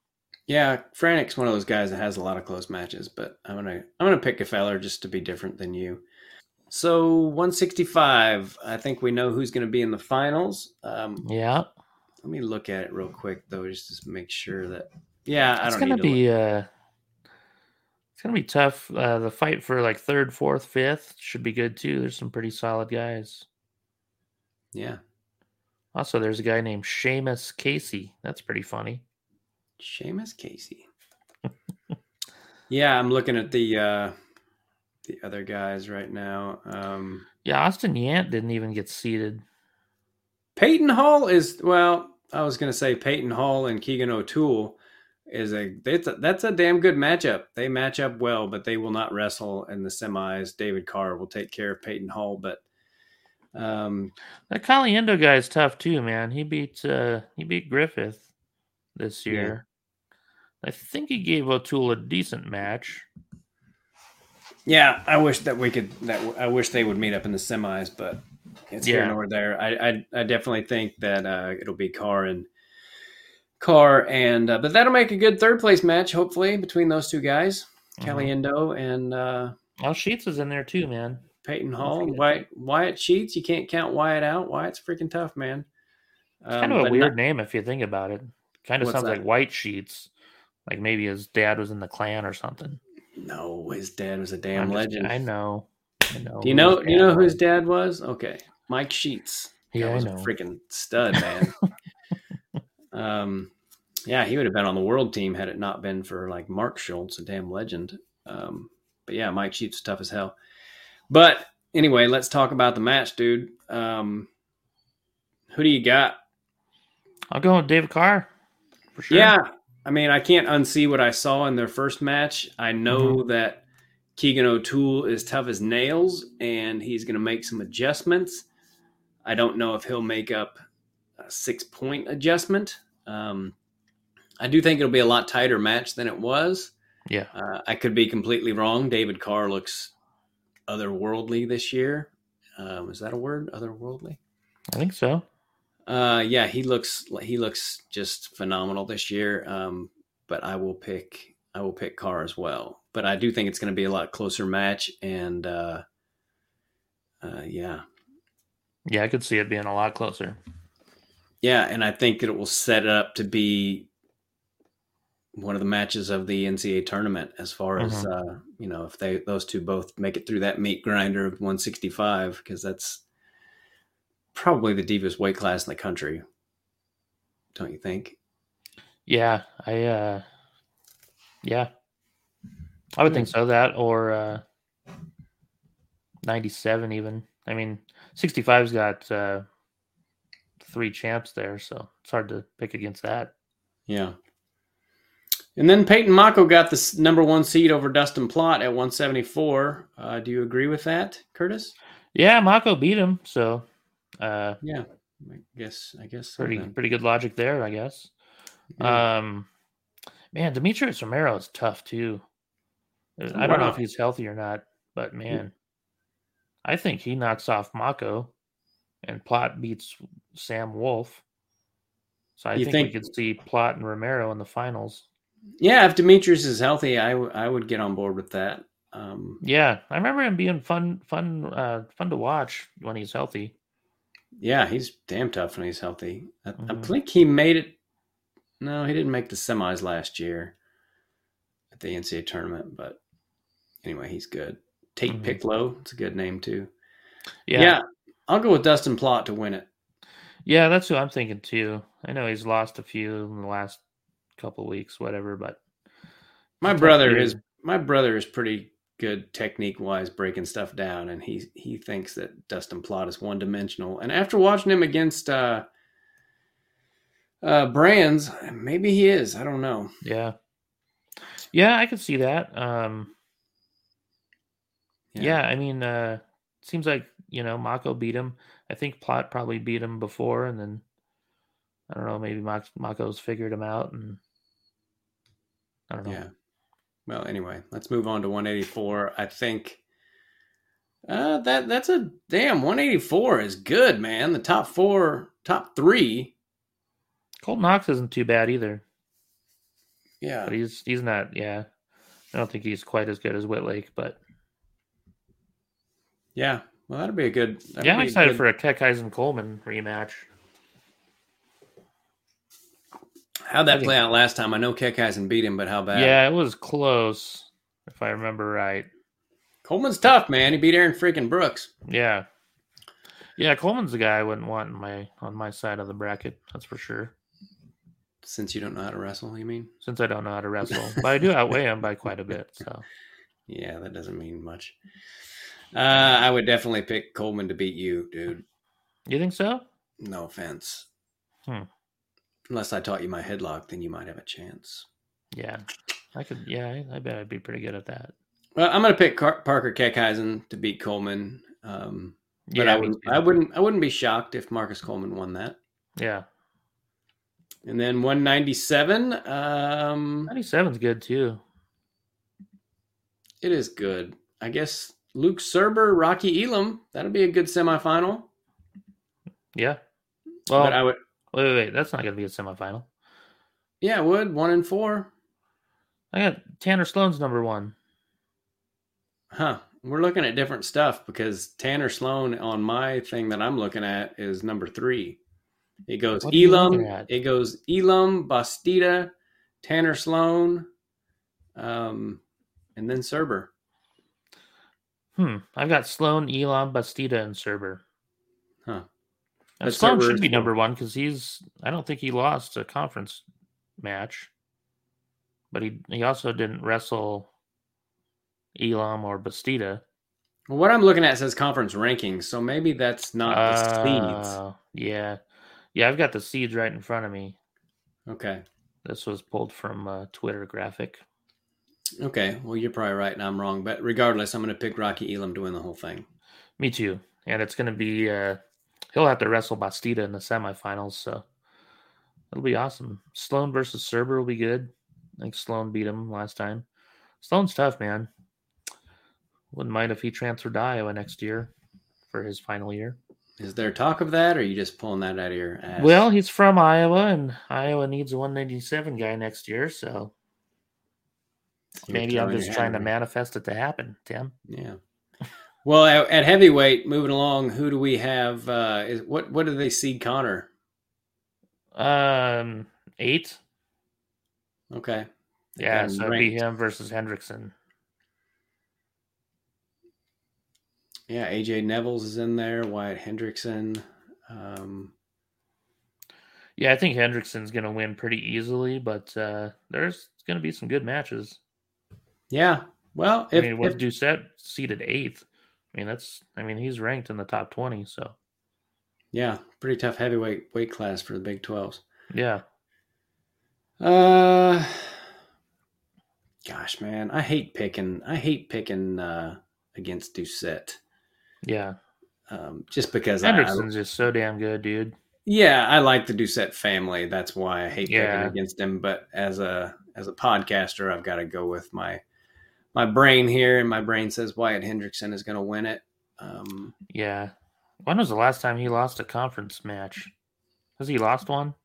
Speaker 1: Yeah, Franek's one of those guys that has a lot of close matches, but I'm gonna I'm gonna pick Gefeller just to be different than you. So 165, I think we know who's gonna be in the finals. Um,
Speaker 2: Yeah.
Speaker 1: let me look at it real quick though, just to make sure that. Yeah, I
Speaker 2: it's
Speaker 1: don't
Speaker 2: gonna
Speaker 1: need to
Speaker 2: be uh it's gonna be tough uh the fight for like third fourth fifth should be good too there's some pretty solid guys
Speaker 1: Look. Yeah,
Speaker 2: also there's a guy named Seamus casey that's pretty funny
Speaker 1: Seamus Casey. yeah, I'm looking at the uh, the other guys right now. Um,
Speaker 2: yeah austin yant didn't even get seated
Speaker 1: Peyton Hall is well. I was going to say Peyton Hall and Keegan O'Toole is a that's a, that's a damn good matchup. They match up well, but they will not wrestle in the semis. David Carr will take care of Peyton Hall, but um,
Speaker 2: that Caliendo guy is tough too man he beat uh he beat griffith this
Speaker 1: Yeah.
Speaker 2: year i think he gave o'toole a decent match
Speaker 1: yeah, I wish that we could. That I wish they would meet up in the semis, but it's here
Speaker 2: Yeah.
Speaker 1: nor there. I I, I definitely think that uh, it'll be Carr and Carr and uh, but that'll make a good third place match hopefully between those two guys,
Speaker 2: Mm-hmm.
Speaker 1: Caliendo and. Uh,
Speaker 2: oh sheets is in there too man
Speaker 1: Peyton
Speaker 2: Don't
Speaker 1: Hall,
Speaker 2: forget.
Speaker 1: Wyatt, Wyatt Sheets. You can't count Wyatt out. Wyatt's freaking tough, man. Um,
Speaker 2: kind of a
Speaker 1: but not-
Speaker 2: weird name if you think about it. Kind of
Speaker 1: What's
Speaker 2: sounds
Speaker 1: that?
Speaker 2: like white sheets. Like maybe his dad was in the clan or something.
Speaker 1: no, his dad was a damn
Speaker 2: I'm just-
Speaker 1: legend.
Speaker 2: I know. I know.
Speaker 1: Do you
Speaker 2: who
Speaker 1: know?
Speaker 2: his
Speaker 1: You know
Speaker 2: dad
Speaker 1: who his
Speaker 2: was.
Speaker 1: dad was? Okay, Mike Sheets. That
Speaker 2: Yeah, I
Speaker 1: was a
Speaker 2: know.
Speaker 1: freaking stud, man. um, yeah, he would have been on the world team had it not been for like Mark Schultz, a damn legend. Um, but yeah, Mike Sheets is tough as hell. But anyway, let's talk about the match, dude. Um, who do you got?
Speaker 2: I'll go with David Carr. for sure.
Speaker 1: Yeah. I mean, I can't unsee what I saw in their first match. I know
Speaker 2: Mm-hmm.
Speaker 1: that Keegan O'Toole is tough as nails and he's going to make some adjustments. I don't know if he'll make up a six point adjustment. Um, I do think it'll be a lot tighter match than it was.
Speaker 2: Yeah.
Speaker 1: Uh, I could be completely wrong. David Carr looks otherworldly this year. Um, is that a word? Otherworldly?
Speaker 2: I think so.
Speaker 1: Uh, yeah, he looks he looks just phenomenal this year. Um, but I will pick I will pick Carr as well. But I do think it's going to be a lot closer match, and uh, uh, yeah,
Speaker 2: Yeah, I could see it being a lot closer.
Speaker 1: yeah, and I think that it will set it up to be one of the matches of the NCAA tournament as far as uh, you know if they those two both make it through that meat grinder of 165 because that's probably the deepest weight class in the country, don't you think?
Speaker 2: Yeah, I uh yeah. I would think so that or uh 97 even. I mean, 65's got uh three champs there, so it's hard to pick against that.
Speaker 1: Yeah. And then Peyton Mako got this number one seed over Dustin Plot at 174. Uh, do you agree with that, Curtis?
Speaker 2: Yeah, Mako beat him, so uh
Speaker 1: Yeah, I guess. I guess. so
Speaker 2: pretty
Speaker 1: then.
Speaker 2: pretty good logic there, I guess.
Speaker 1: Yeah.
Speaker 2: Um man, Demetrius Romero is tough too. Uh, I don't know
Speaker 1: Wow.
Speaker 2: if he's healthy or not, but man, I think he knocks off Mako and Plot beats Sam Wolf. So I
Speaker 1: You
Speaker 2: think, we
Speaker 1: think-
Speaker 2: could see Plot and Romero in the finals.
Speaker 1: yeah, if Demetrius is healthy, I, w- I would get on board with that. Um,
Speaker 2: Yeah, I remember him being fun fun uh fun to watch when he's healthy.
Speaker 1: yeah, he's damn tough when he's healthy. I, I
Speaker 2: Mhm.
Speaker 1: think he made it. No, he didn't make the semis last year at the NCAA tournament, but anyway, he's good. Tate
Speaker 2: Mhm.
Speaker 1: Piccolo, it's a good name too.
Speaker 2: Yeah.
Speaker 1: yeah, I'll go with Dustin Plot to win it.
Speaker 2: Yeah, that's who I'm thinking too. I know he's lost a few in the last couple weeks, whatever, but
Speaker 1: My
Speaker 2: Kentucky
Speaker 1: brother is my brother is pretty good technique wise breaking stuff down, and he he thinks that Dustin Plot is one dimensional. And after watching him against uh, uh, Brands, maybe he is. I don't know.
Speaker 2: Yeah. Yeah, I could see that. Um yeah, I mean uh seems like, you know, Mako beat him. I think Plot probably beat him before and then I don't know, maybe Mak- Mako's figured him out and I don't know.
Speaker 1: Yeah. Well, anyway, let's move on to 184. I think uh, that that's a damn 184 is good, man. The top four, top three.
Speaker 2: Colt Knox isn't too bad either,
Speaker 1: Yeah,
Speaker 2: but he's he's not, yeah. I don't think he's quite as good as Whitlake, but
Speaker 1: yeah. Well, that'd be a good. that'd
Speaker 2: yeah, I'm
Speaker 1: be a good-
Speaker 2: excited for a Keckheisen Coleman rematch.
Speaker 1: How'd
Speaker 2: I
Speaker 1: that
Speaker 2: think-
Speaker 1: play out last time? I know Keckheisen beat him, but how bad?
Speaker 2: yeah, it was close, if I remember right.
Speaker 1: Coleman's tough, man. He beat Aaron freaking Brooks.
Speaker 2: Yeah. Yeah, Coleman's the guy I wouldn't want in my on my side of the bracket, that's for sure.
Speaker 1: Since you don't know how to wrestle, you mean?
Speaker 2: Since I don't know how to wrestle. but I do outweigh him by quite a bit. So
Speaker 1: Yeah, that doesn't mean much. Uh, I would definitely pick Coleman to beat you, dude.
Speaker 2: you think so?
Speaker 1: No offense.
Speaker 2: Hmm.
Speaker 1: Unless I taught you my headlock, then you might have a chance.
Speaker 2: Yeah. I could yeah, I, I bet I'd be pretty good at that.
Speaker 1: Well, I'm going to pick Car- Parker Keckheisen to beat Coleman. Um, but
Speaker 2: Yeah,
Speaker 1: I,
Speaker 2: me
Speaker 1: would,
Speaker 2: too.
Speaker 1: I wouldn't. I wouldn't be shocked if Marcus Coleman won that.
Speaker 2: Yeah.
Speaker 1: And then 197. Um,
Speaker 2: Ninety seven's good too.
Speaker 1: It is good. I guess Luke Serber, Rocky Elam. That'll be a good semifinal.
Speaker 2: Yeah. Well
Speaker 1: but I would,
Speaker 2: wait, wait, wait, that's not gonna be a semifinal.
Speaker 1: yeah, I would one and four.
Speaker 2: I got Tanner Sloan's number one.
Speaker 1: Huh. We're looking at different stuff because Tanner Sloan on my thing that I'm looking at is number three. It goes
Speaker 2: What are you
Speaker 1: Elam.
Speaker 2: looking at?
Speaker 1: It goes Elam, Bastida, Tanner Sloan, um, and then Serber.
Speaker 2: Hmm. I've got Sloan, Elon, Bastida, and Serber.
Speaker 1: Huh.
Speaker 2: Now,
Speaker 1: But
Speaker 2: Sloan
Speaker 1: Serber
Speaker 2: should
Speaker 1: is-
Speaker 2: be number one because he's. I don't think he lost a conference match, but he he also didn't wrestle Elam or Bastida.
Speaker 1: Well, what I'm looking at says conference rankings, so maybe that's not the seeds.
Speaker 2: Uh, Yeah, yeah. I've got the seeds right in front of me.
Speaker 1: Okay.
Speaker 2: This was pulled from uh, Twitter graphic.
Speaker 1: Okay, well you're probably right and I'm wrong, but regardless, I'm going to pick Rocky Elam to win the whole thing.
Speaker 2: Me too. And it's going to be uh, he'll have to wrestle Bastida in the semifinals, so it'll be awesome. Sloan versus Cerber will be good. I think Sloan beat him last time. Sloan's tough, man. Wouldn't mind if he transferred to Iowa next year for his final year.
Speaker 1: Is there talk of that, or are you just pulling that out of your ass?
Speaker 2: Well, he's from Iowa, and Iowa needs a 197 guy next year, so
Speaker 1: You're
Speaker 2: maybe I'm
Speaker 1: throwing
Speaker 2: just
Speaker 1: your
Speaker 2: trying
Speaker 1: hand
Speaker 2: to
Speaker 1: in.
Speaker 2: manifest it to happen, Tim.
Speaker 1: Yeah. Well, at, at heavyweight, moving along, who do we have? Uh, is, what what do they seed Connor?
Speaker 2: Um, eight.
Speaker 1: Okay,
Speaker 2: Yeah,
Speaker 1: And
Speaker 2: so it'd be
Speaker 1: ranked.
Speaker 2: him versus Hendrickson.
Speaker 1: yeah, AJ Neville's is in there. Wyatt Hendrickson. Um,
Speaker 2: Yeah, I think Hendrickson's going to win pretty easily, but uh, there's going to be some good matches.
Speaker 1: yeah. Well, if,
Speaker 2: I mean, with
Speaker 1: if-
Speaker 2: Doucette seated eighth, I mean that's I mean he's ranked in the top twenty. So
Speaker 1: yeah, pretty tough heavyweight weight class for the Big Twelves.
Speaker 2: yeah,
Speaker 1: Uh, gosh, man, I hate picking. I hate picking uh, against Doucette.
Speaker 2: yeah,
Speaker 1: Um, just because I, I
Speaker 2: Hendrickson's just so damn good, dude.
Speaker 1: Yeah, I like the Doucette family. That's why I hate
Speaker 2: Yeah.
Speaker 1: picking against them. But as a as a podcaster, I've got to go with my my brain here, and my brain says Wyatt Hendrickson is going to win it. Um,
Speaker 2: Yeah. When was the last time he lost a conference match? Has he lost one?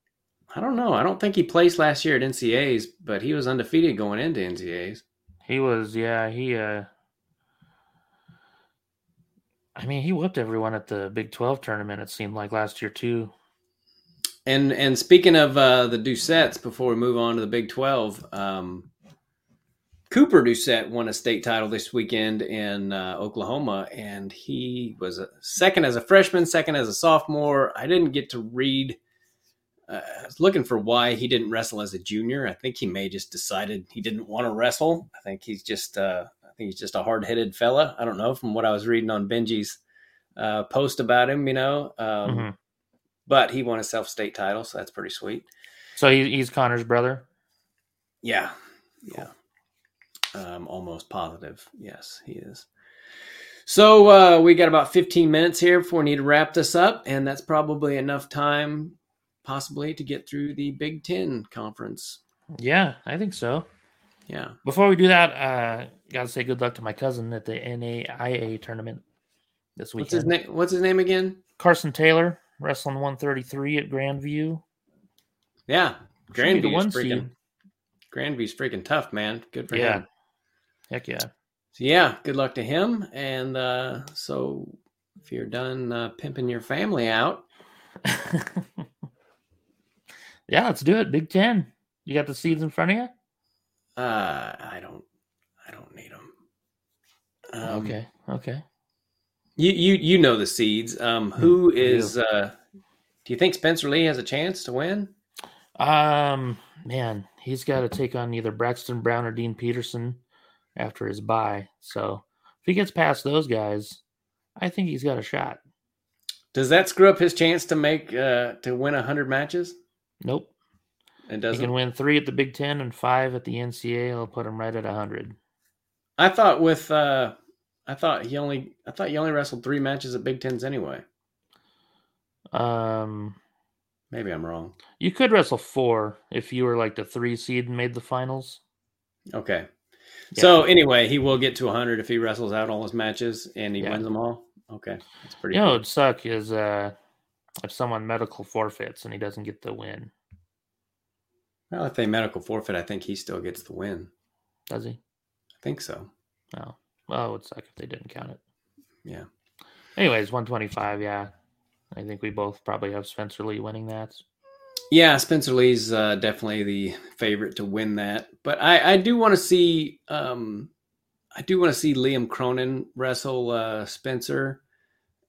Speaker 1: I don't know. I don't think he placed last year at NCA's, but he was undefeated going into NCA's.
Speaker 2: He was, yeah, he uh I mean, he whooped everyone at the Big 12 tournament it seemed like last year too.
Speaker 1: And and speaking of uh, the Doucettes, before we move on to the Big Twelve, um, Cooper Doucette won a state title this weekend in uh, Oklahoma, and he was a, second as a freshman, second as a sophomore. I didn't get to read. Uh, I was looking for why he didn't wrestle as a junior. I think he may just decided he didn't want to wrestle. I think he's just. Uh, I think he's just a hard headed fella. I don't know from what I was reading on Benji's uh, post about him. You know. Um,
Speaker 2: Mhm.
Speaker 1: but he won a self state title, so that's pretty sweet.
Speaker 2: So he, he's Connor's brother.
Speaker 1: Yeah, yeah, um, almost positive. Yes, he is. So uh, we got about 15 minutes here before we need to wrap this up, and that's probably enough time, possibly, to get through the Big Ten conference.
Speaker 2: Yeah, I think so.
Speaker 1: Yeah.
Speaker 2: Before we do that, uh got to say good luck to my cousin at the NAIA tournament this weekend.
Speaker 1: What's his name? What's his name again?
Speaker 2: Carson Taylor wrestling 133 at Grandview.
Speaker 1: Yeah,
Speaker 2: Should be the
Speaker 1: Grandview's
Speaker 2: one
Speaker 1: freaking.
Speaker 2: seed.
Speaker 1: Grandview's freaking tough, man. Good for
Speaker 2: Yeah.
Speaker 1: him.
Speaker 2: Heck yeah.
Speaker 1: So yeah, good luck to him. And uh, so, if you're done uh, pimping your family out,
Speaker 2: yeah, let's do it. Big Ten. You got the seeds in front of you.
Speaker 1: Uh, I don't, I don't need them. Um,
Speaker 2: okay. Okay.
Speaker 1: You you you know the seeds. Um, who
Speaker 2: I do.
Speaker 1: is? Uh, do you think Spencer Lee has a chance to win?
Speaker 2: Um, man, he's got to take on either Braxton Brown or Dean Peterson after his bye. So if he gets past those guys, I think he's got a shot.
Speaker 1: Does that screw up his chance to make uh to win hundred matches?
Speaker 2: Nope.
Speaker 1: It
Speaker 2: He can
Speaker 1: doesn't.
Speaker 2: win three at the Big Ten and five at the NCAA. It'll put him right at 100.
Speaker 1: I thought with uh, I thought he only I thought he only wrestled three matches at Big Tens anyway.
Speaker 2: Um,
Speaker 1: Maybe I'm wrong.
Speaker 2: you could wrestle four if you were like the three seed and made the finals.
Speaker 1: Okay.
Speaker 2: Yeah.
Speaker 1: So anyway, he will get to hundred if he wrestles out all his matches and he
Speaker 2: Yeah.
Speaker 1: wins them all. Okay, that's pretty.
Speaker 2: You know,
Speaker 1: cool.
Speaker 2: it'd suck is uh, if someone medical forfeits and he doesn't get the win,
Speaker 1: Well, if they medical forfeit, I think he still gets the win.
Speaker 2: does he?
Speaker 1: I think so.
Speaker 2: No. Well, it would suck if they didn't count it.
Speaker 1: Yeah.
Speaker 2: Anyways, 125. Yeah. I think we both probably have Spencer Lee winning that.
Speaker 1: Yeah, Spencer Lee's uh, definitely the favorite to win that, but I, I do want to see um, I do want to see Liam Cronin wrestle uh, Spencer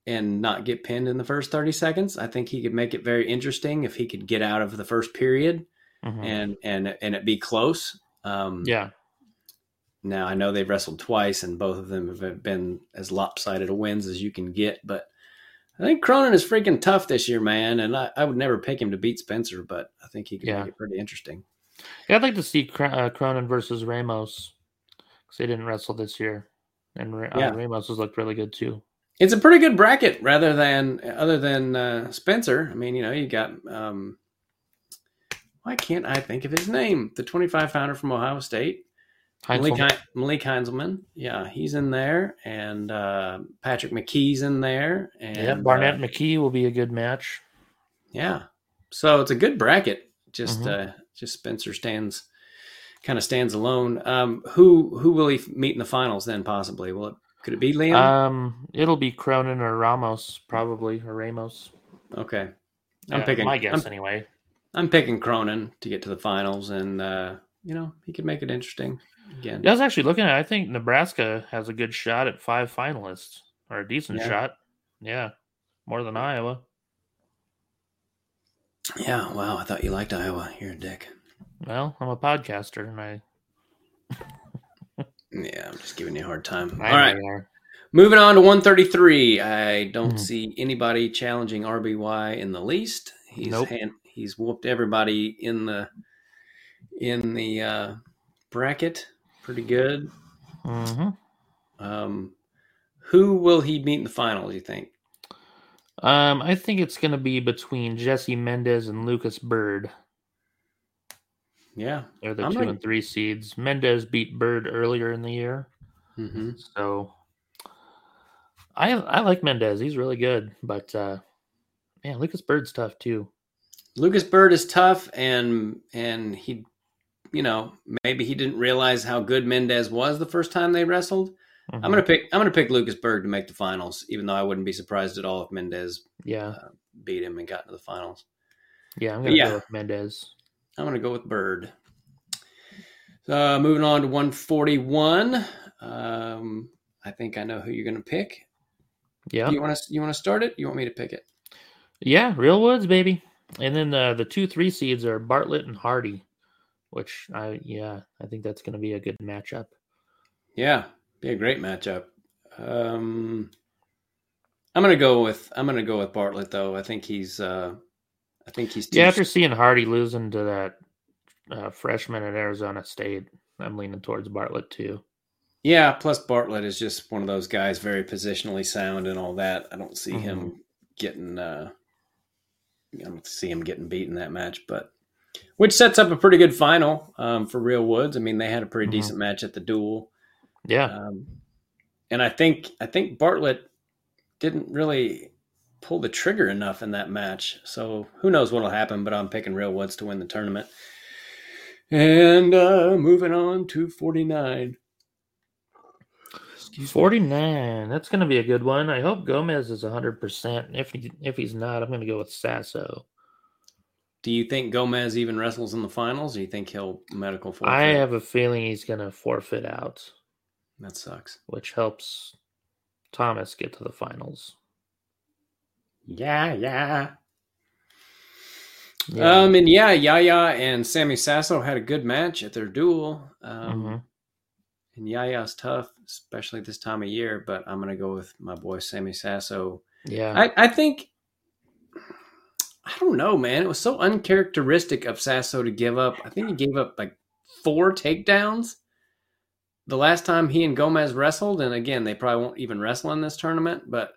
Speaker 1: and not get pinned in the first thirty seconds. I think he could make it very interesting if he could get out of the first period
Speaker 2: Mhm.
Speaker 1: and and and it be close. Um,
Speaker 2: Yeah.
Speaker 1: Now I know they've wrestled twice, and both of them have been as lopsided of wins as you can get. But I think Cronin is freaking tough this year, man. And I, I would never pick him to beat Spencer, but I think he could
Speaker 2: Yeah.
Speaker 1: make it pretty interesting.
Speaker 2: Yeah, I'd like to see Cro- uh, Cronin versus Ramos because they didn't wrestle this year, and Ra- uh,
Speaker 1: Yeah.
Speaker 2: Ramos has looked really good too.
Speaker 1: It's a pretty good bracket, rather than other than uh, Spencer. I mean, you know, you got. Um, why can't I think of his name? The 25 pounder from Ohio State. Malik,
Speaker 2: Heinzel-
Speaker 1: Hein- Malik Heinzelman, yeah, he's in there, and uh, Patrick McKee's in there, and
Speaker 2: yeah, Barnett McKee will be a good match.
Speaker 1: uh, yeah, so it's a good bracket. Just
Speaker 2: Mhm.
Speaker 1: uh, just Spencer stands kind of stands alone. Um, who who will he f- meet in the finals then? Possibly will it? Could it be Liam?
Speaker 2: Um, it'll be Cronin or Ramos probably or Ramos.
Speaker 1: okay, I'm
Speaker 2: Yeah,
Speaker 1: picking.
Speaker 2: my guess
Speaker 1: I'm,
Speaker 2: anyway.
Speaker 1: I'm picking Cronin to get to the finals, and uh, you know he could make it interesting again.
Speaker 2: Yeah, I was actually looking at. it. I think Nebraska has a good shot at five finalists or a decent
Speaker 1: Yeah.
Speaker 2: shot. Yeah, more than Iowa.
Speaker 1: Yeah, wow, I thought you liked Iowa. You're a dick.
Speaker 2: Well, I'm a podcaster and I.
Speaker 1: Yeah, I'm just giving you a hard time.
Speaker 2: I
Speaker 1: All right.
Speaker 2: know you
Speaker 1: Moving on to 133. I don't
Speaker 2: Mhm.
Speaker 1: see anybody challenging RBY in the least. He's
Speaker 2: Nope.
Speaker 1: hand, he's whooped everybody in the in the uh, bracket pretty good.
Speaker 2: are. Mhm.
Speaker 1: Um, who will he meet in the final? You think?
Speaker 2: Um, I think it's going to be between Jesse Mendez and Lucas Bird.
Speaker 1: Yeah.
Speaker 2: They're the
Speaker 1: I'm
Speaker 2: two
Speaker 1: like-
Speaker 2: and three seeds. Mendez beat Bird earlier in the year,
Speaker 1: hmm
Speaker 2: so I I like Mendez. He's really good, but uh, man, Lucas Bird's tough too.
Speaker 1: Lucas Bird is tough, and and he, you know, maybe he didn't realize how good Mendez was the first time they wrestled.
Speaker 2: Mm-hmm.
Speaker 1: I'm gonna pick. I'm gonna pick Lucas Bird to make the finals, even though I wouldn't be surprised at all if Mendez
Speaker 2: yeah,
Speaker 1: beat him and got to the finals.
Speaker 2: yeah, I'm gonna
Speaker 1: yeah.
Speaker 2: go with Mendez.
Speaker 1: I'm going to go with Bird. Uh, moving on to 141. Um, I think I know who you're going to pick.
Speaker 2: Yeah,
Speaker 1: You want to you want to start it? You want me to pick it?
Speaker 2: yeah, real woods, baby. And then uh, the two three seeds are Bartlett and Hardy, which I yeah, I think that's gonna be a good matchup.
Speaker 1: Yeah, be a great matchup. Um, I'm going to go with I'm going to go with Bartlett though. I think he's uh, I think he's too,
Speaker 2: Yeah, after seeing Hardy losing to that uh, freshman at Arizona State, I'm leaning towards Bartlett too.
Speaker 1: yeah. Plus Bartlett is just one of those guys, very positionally sound and all that. I don't see him getting uh, I don't see him getting beat in that match, but which sets up a pretty good final um, for Real Woods. I mean, they had a pretty
Speaker 2: Mhm.
Speaker 1: decent match at the duel,
Speaker 2: Yeah,
Speaker 1: um, and I think I think Bartlett didn't really pull the trigger enough in that match. So who knows what'll happen? But I'm picking Real Woods to win the tournament. And uh, moving on to 49. Excuse me.
Speaker 2: 49. That's going to be a good one. I hope Gomez is 100%. If he, if he's not, I'm going to go with Sasso.
Speaker 1: Do you think Gomez even wrestles in the finals? Do you think he'll medical forfeit?
Speaker 2: I have a feeling he's going to forfeit out,
Speaker 1: That sucks.
Speaker 2: which helps Thomas get to the finals.
Speaker 1: Yeah, yeah.
Speaker 2: Yeah.
Speaker 1: Um, and yeah, Yaya and Sammy Sasso had a good match at their duel. Um,
Speaker 2: Mhm.
Speaker 1: And Yaya's tough, especially this time of year, but I'm going to go with my boy Sammy Sasso.
Speaker 2: Yeah.
Speaker 1: I, I think, I don't know, man. It was so uncharacteristic of Sasso to give up. I think he gave up like four takedowns the last time he and Gomez wrestled. And again, they probably won't even wrestle in this tournament, but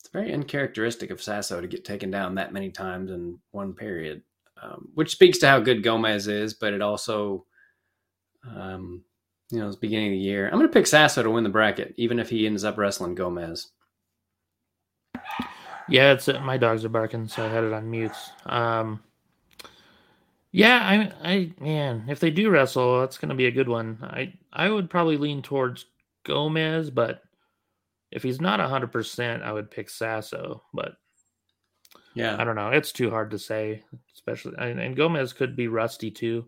Speaker 1: it's very uncharacteristic of Sasso to get taken down that many times in one period, um, which speaks to how good Gomez is, but it also, um, you know, it's beginning of the year. I'm going to pick Sasso to win the bracket, even if he ends up wrestling Gomez.
Speaker 2: Yeah, it's uh, my dogs are barking, so I had it on mute. Um, yeah, I, I, man, if they do wrestle, that's going to be a good one. I, I would probably lean towards Gomez, but if he's not hundred percent, I would pick Sasso. But
Speaker 1: Yeah.
Speaker 2: I don't know; it's too hard to say. Especially, and, and Gomez could be rusty too.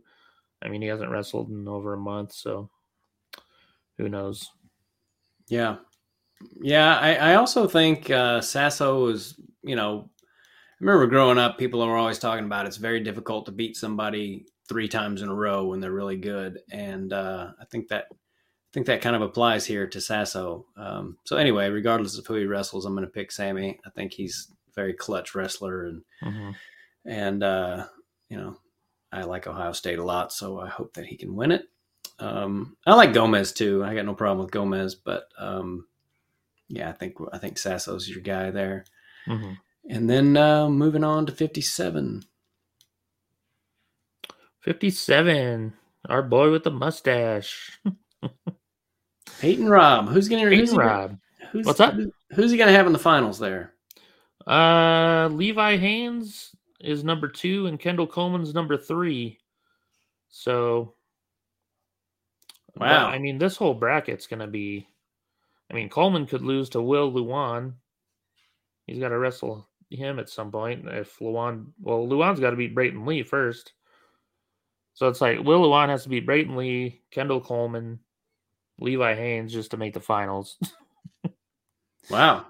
Speaker 2: I mean, he hasn't wrestled in over a month, so who knows?
Speaker 1: Yeah. Yeah. I, I also think uh, Sasso is, you know, I remember growing up, people were always talking about it's very difficult to beat somebody three times in a row when they're really good. And uh, I think that. I think that kind of applies here to Sasso. Um, so anyway, regardless of who he wrestles, I'm going to pick Sammy. I
Speaker 2: Mm-hmm,
Speaker 1: think he's a very clutch wrestler, and
Speaker 2: Mhm.
Speaker 1: and uh, you know, I like Ohio State a lot, so I hope that he can win it. Um, I like Gomez too. I got no problem with Gomez, but um, yeah, I think I think Sasso's your guy there.
Speaker 2: Mhm.
Speaker 1: And then uh, moving on to 57.
Speaker 2: 57. Our boy with the mustache.
Speaker 1: Peyton Rob. Who's going to
Speaker 2: Peyton Rob.
Speaker 1: Who's,
Speaker 2: What's up?
Speaker 1: Who's he going to have in the finals there?
Speaker 2: Uh, Levi Haynes is number two, and Kendall Coleman's number three. So, but,
Speaker 1: Wow.
Speaker 2: I mean, this whole bracket's going to be. I mean, Coleman could lose to Will Luwan. He's got to wrestle him at some point. If Luwan, well, Luwan's got to beat Brayton Lee first. So it's like Will Luwan has to beat Brayton Lee, Kendall Coleman, Levi Haynes just to make the finals.
Speaker 1: Wow.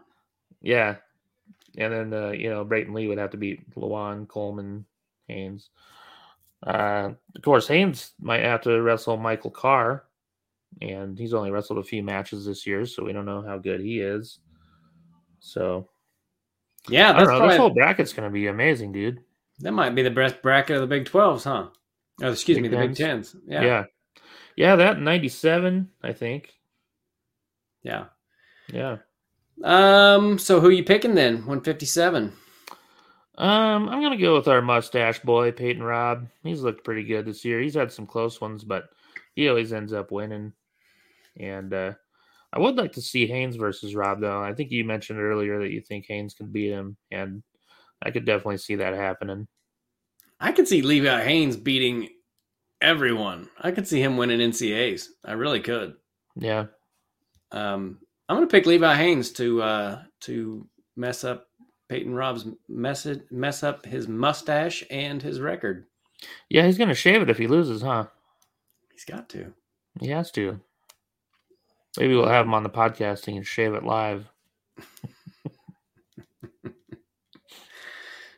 Speaker 2: Yeah. And then uh, you know, Brayton Lee would have to beat Lawan, Coleman, Haynes. Uh, of course, Haynes might have to wrestle Michael Carr, and he's only wrestled a few matches this year, so we don't know how good he is. So
Speaker 1: Yeah,
Speaker 2: I don't
Speaker 1: that's
Speaker 2: know.
Speaker 1: probably,
Speaker 2: This whole bracket's gonna be amazing, dude.
Speaker 1: that might be the best bracket of the Big 12s, huh? Oh, excuse
Speaker 2: Big
Speaker 1: me, the Big
Speaker 2: Tens.
Speaker 1: Tens.
Speaker 2: Yeah,
Speaker 1: Yeah. Yeah.
Speaker 2: yeah, that '97, I think. Yeah.
Speaker 1: Um, so who you picking then? 157.
Speaker 2: Um, I'm gonna go with our mustache boy, Peyton Rob. He's looked pretty good this year. He's had some close ones, but he always ends up winning. And uh, I would like to see Haynes versus Rob, though. I think you mentioned earlier that you think Haynes can beat him, and I could definitely see that happening.
Speaker 1: I could see Levi Haynes beating everyone. I could see him winning NCAs. I really could.
Speaker 2: Yeah,
Speaker 1: Um, I'm going to pick Levi Haynes to uh, to mess up Peyton Rob's mess mess up his mustache and his record.
Speaker 2: yeah, he's gonna shave it if he loses, huh?
Speaker 1: He's got to.
Speaker 2: He has to. Maybe we'll have him on the podcasting and shave it live.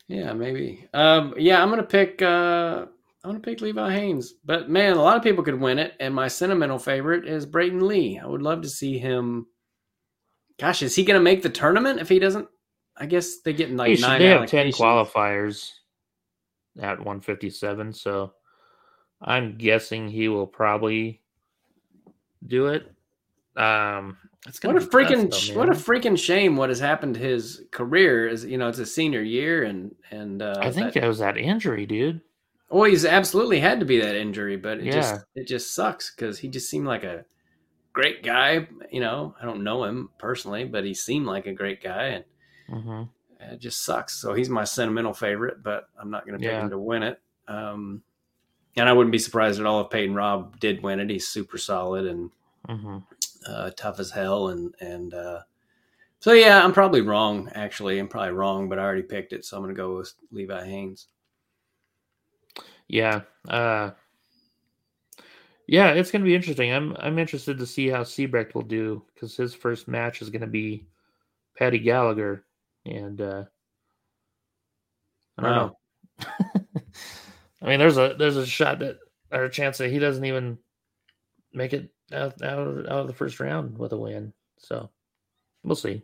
Speaker 1: Yeah, maybe. Um, yeah, I'm gonna pick. Uh, I'm gonna pick Levi Haynes. But man, a lot of people could win it, and my sentimental favorite is Brayton Lee. I would love to see him. Gosh, is he gonna make the tournament if he doesn't? I guess they get like
Speaker 2: Hey,
Speaker 1: nine.
Speaker 2: they have ten
Speaker 1: allocations.
Speaker 2: qualifiers at 157, so I'm guessing he will probably do it. Um, it's
Speaker 1: What
Speaker 2: gonna
Speaker 1: a
Speaker 2: be tough,
Speaker 1: freaking
Speaker 2: though,
Speaker 1: sh- what a
Speaker 2: man.
Speaker 1: freaking shame! What has happened to his career is you know it's a senior year and and uh,
Speaker 2: I think
Speaker 1: that,
Speaker 2: that was that injury, dude.
Speaker 1: oh he's absolutely had to be that injury, but it
Speaker 2: Yeah.
Speaker 1: just it just sucks because he just seemed like a great guy. You know I don't know him personally, but he seemed like a great guy, and
Speaker 2: hmm
Speaker 1: it just sucks. So he's my sentimental favorite, but I'm not going to pick
Speaker 2: Yeah.
Speaker 1: him to win it. Um, and I wouldn't be surprised at all if Peyton Rob did win it. He's super solid and
Speaker 2: hmm
Speaker 1: uh, tough as hell and and uh, so yeah i'm probably wrong actually i'm probably wrong but i already picked it so i'm gonna go with levi haynes
Speaker 2: Yeah. Uh, yeah, it's gonna be interesting. I'm I'm interested to see how Seabrecht will do because his first match is gonna be Patty Gallagher, and uh, I don't
Speaker 1: Wow.
Speaker 2: know. I mean, there's a there's a shot that or a chance that he doesn't even make it out out of, out of the first round with a win. So we'll see.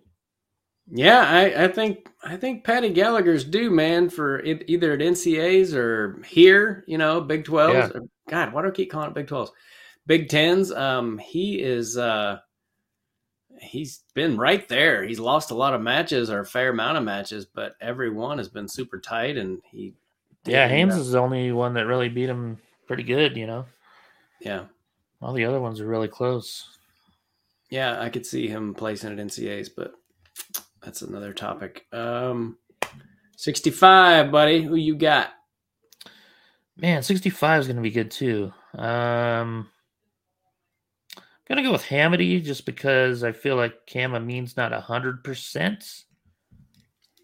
Speaker 1: yeah i i think i think patty gallagher's due man for e- either at ncas or here you know big 12s
Speaker 2: Yeah.
Speaker 1: or- god why do i keep calling it big 12s big 10s um he is uh He's been right there. He's lost a lot of matches or a fair amount of matches, but every one has been super tight. And he,
Speaker 2: Yeah,
Speaker 1: did,
Speaker 2: Hames
Speaker 1: uh,
Speaker 2: is the only one that really beat him pretty good. You know,
Speaker 1: yeah,
Speaker 2: all the other ones are really close.
Speaker 1: Yeah, I could see him placing at NCAs, but that's another topic. Um, 65, buddy. Who you got?
Speaker 2: Man, 65 is going to be good too. Um, I'm going to go with Hamity just because I feel like Kama means not 100%.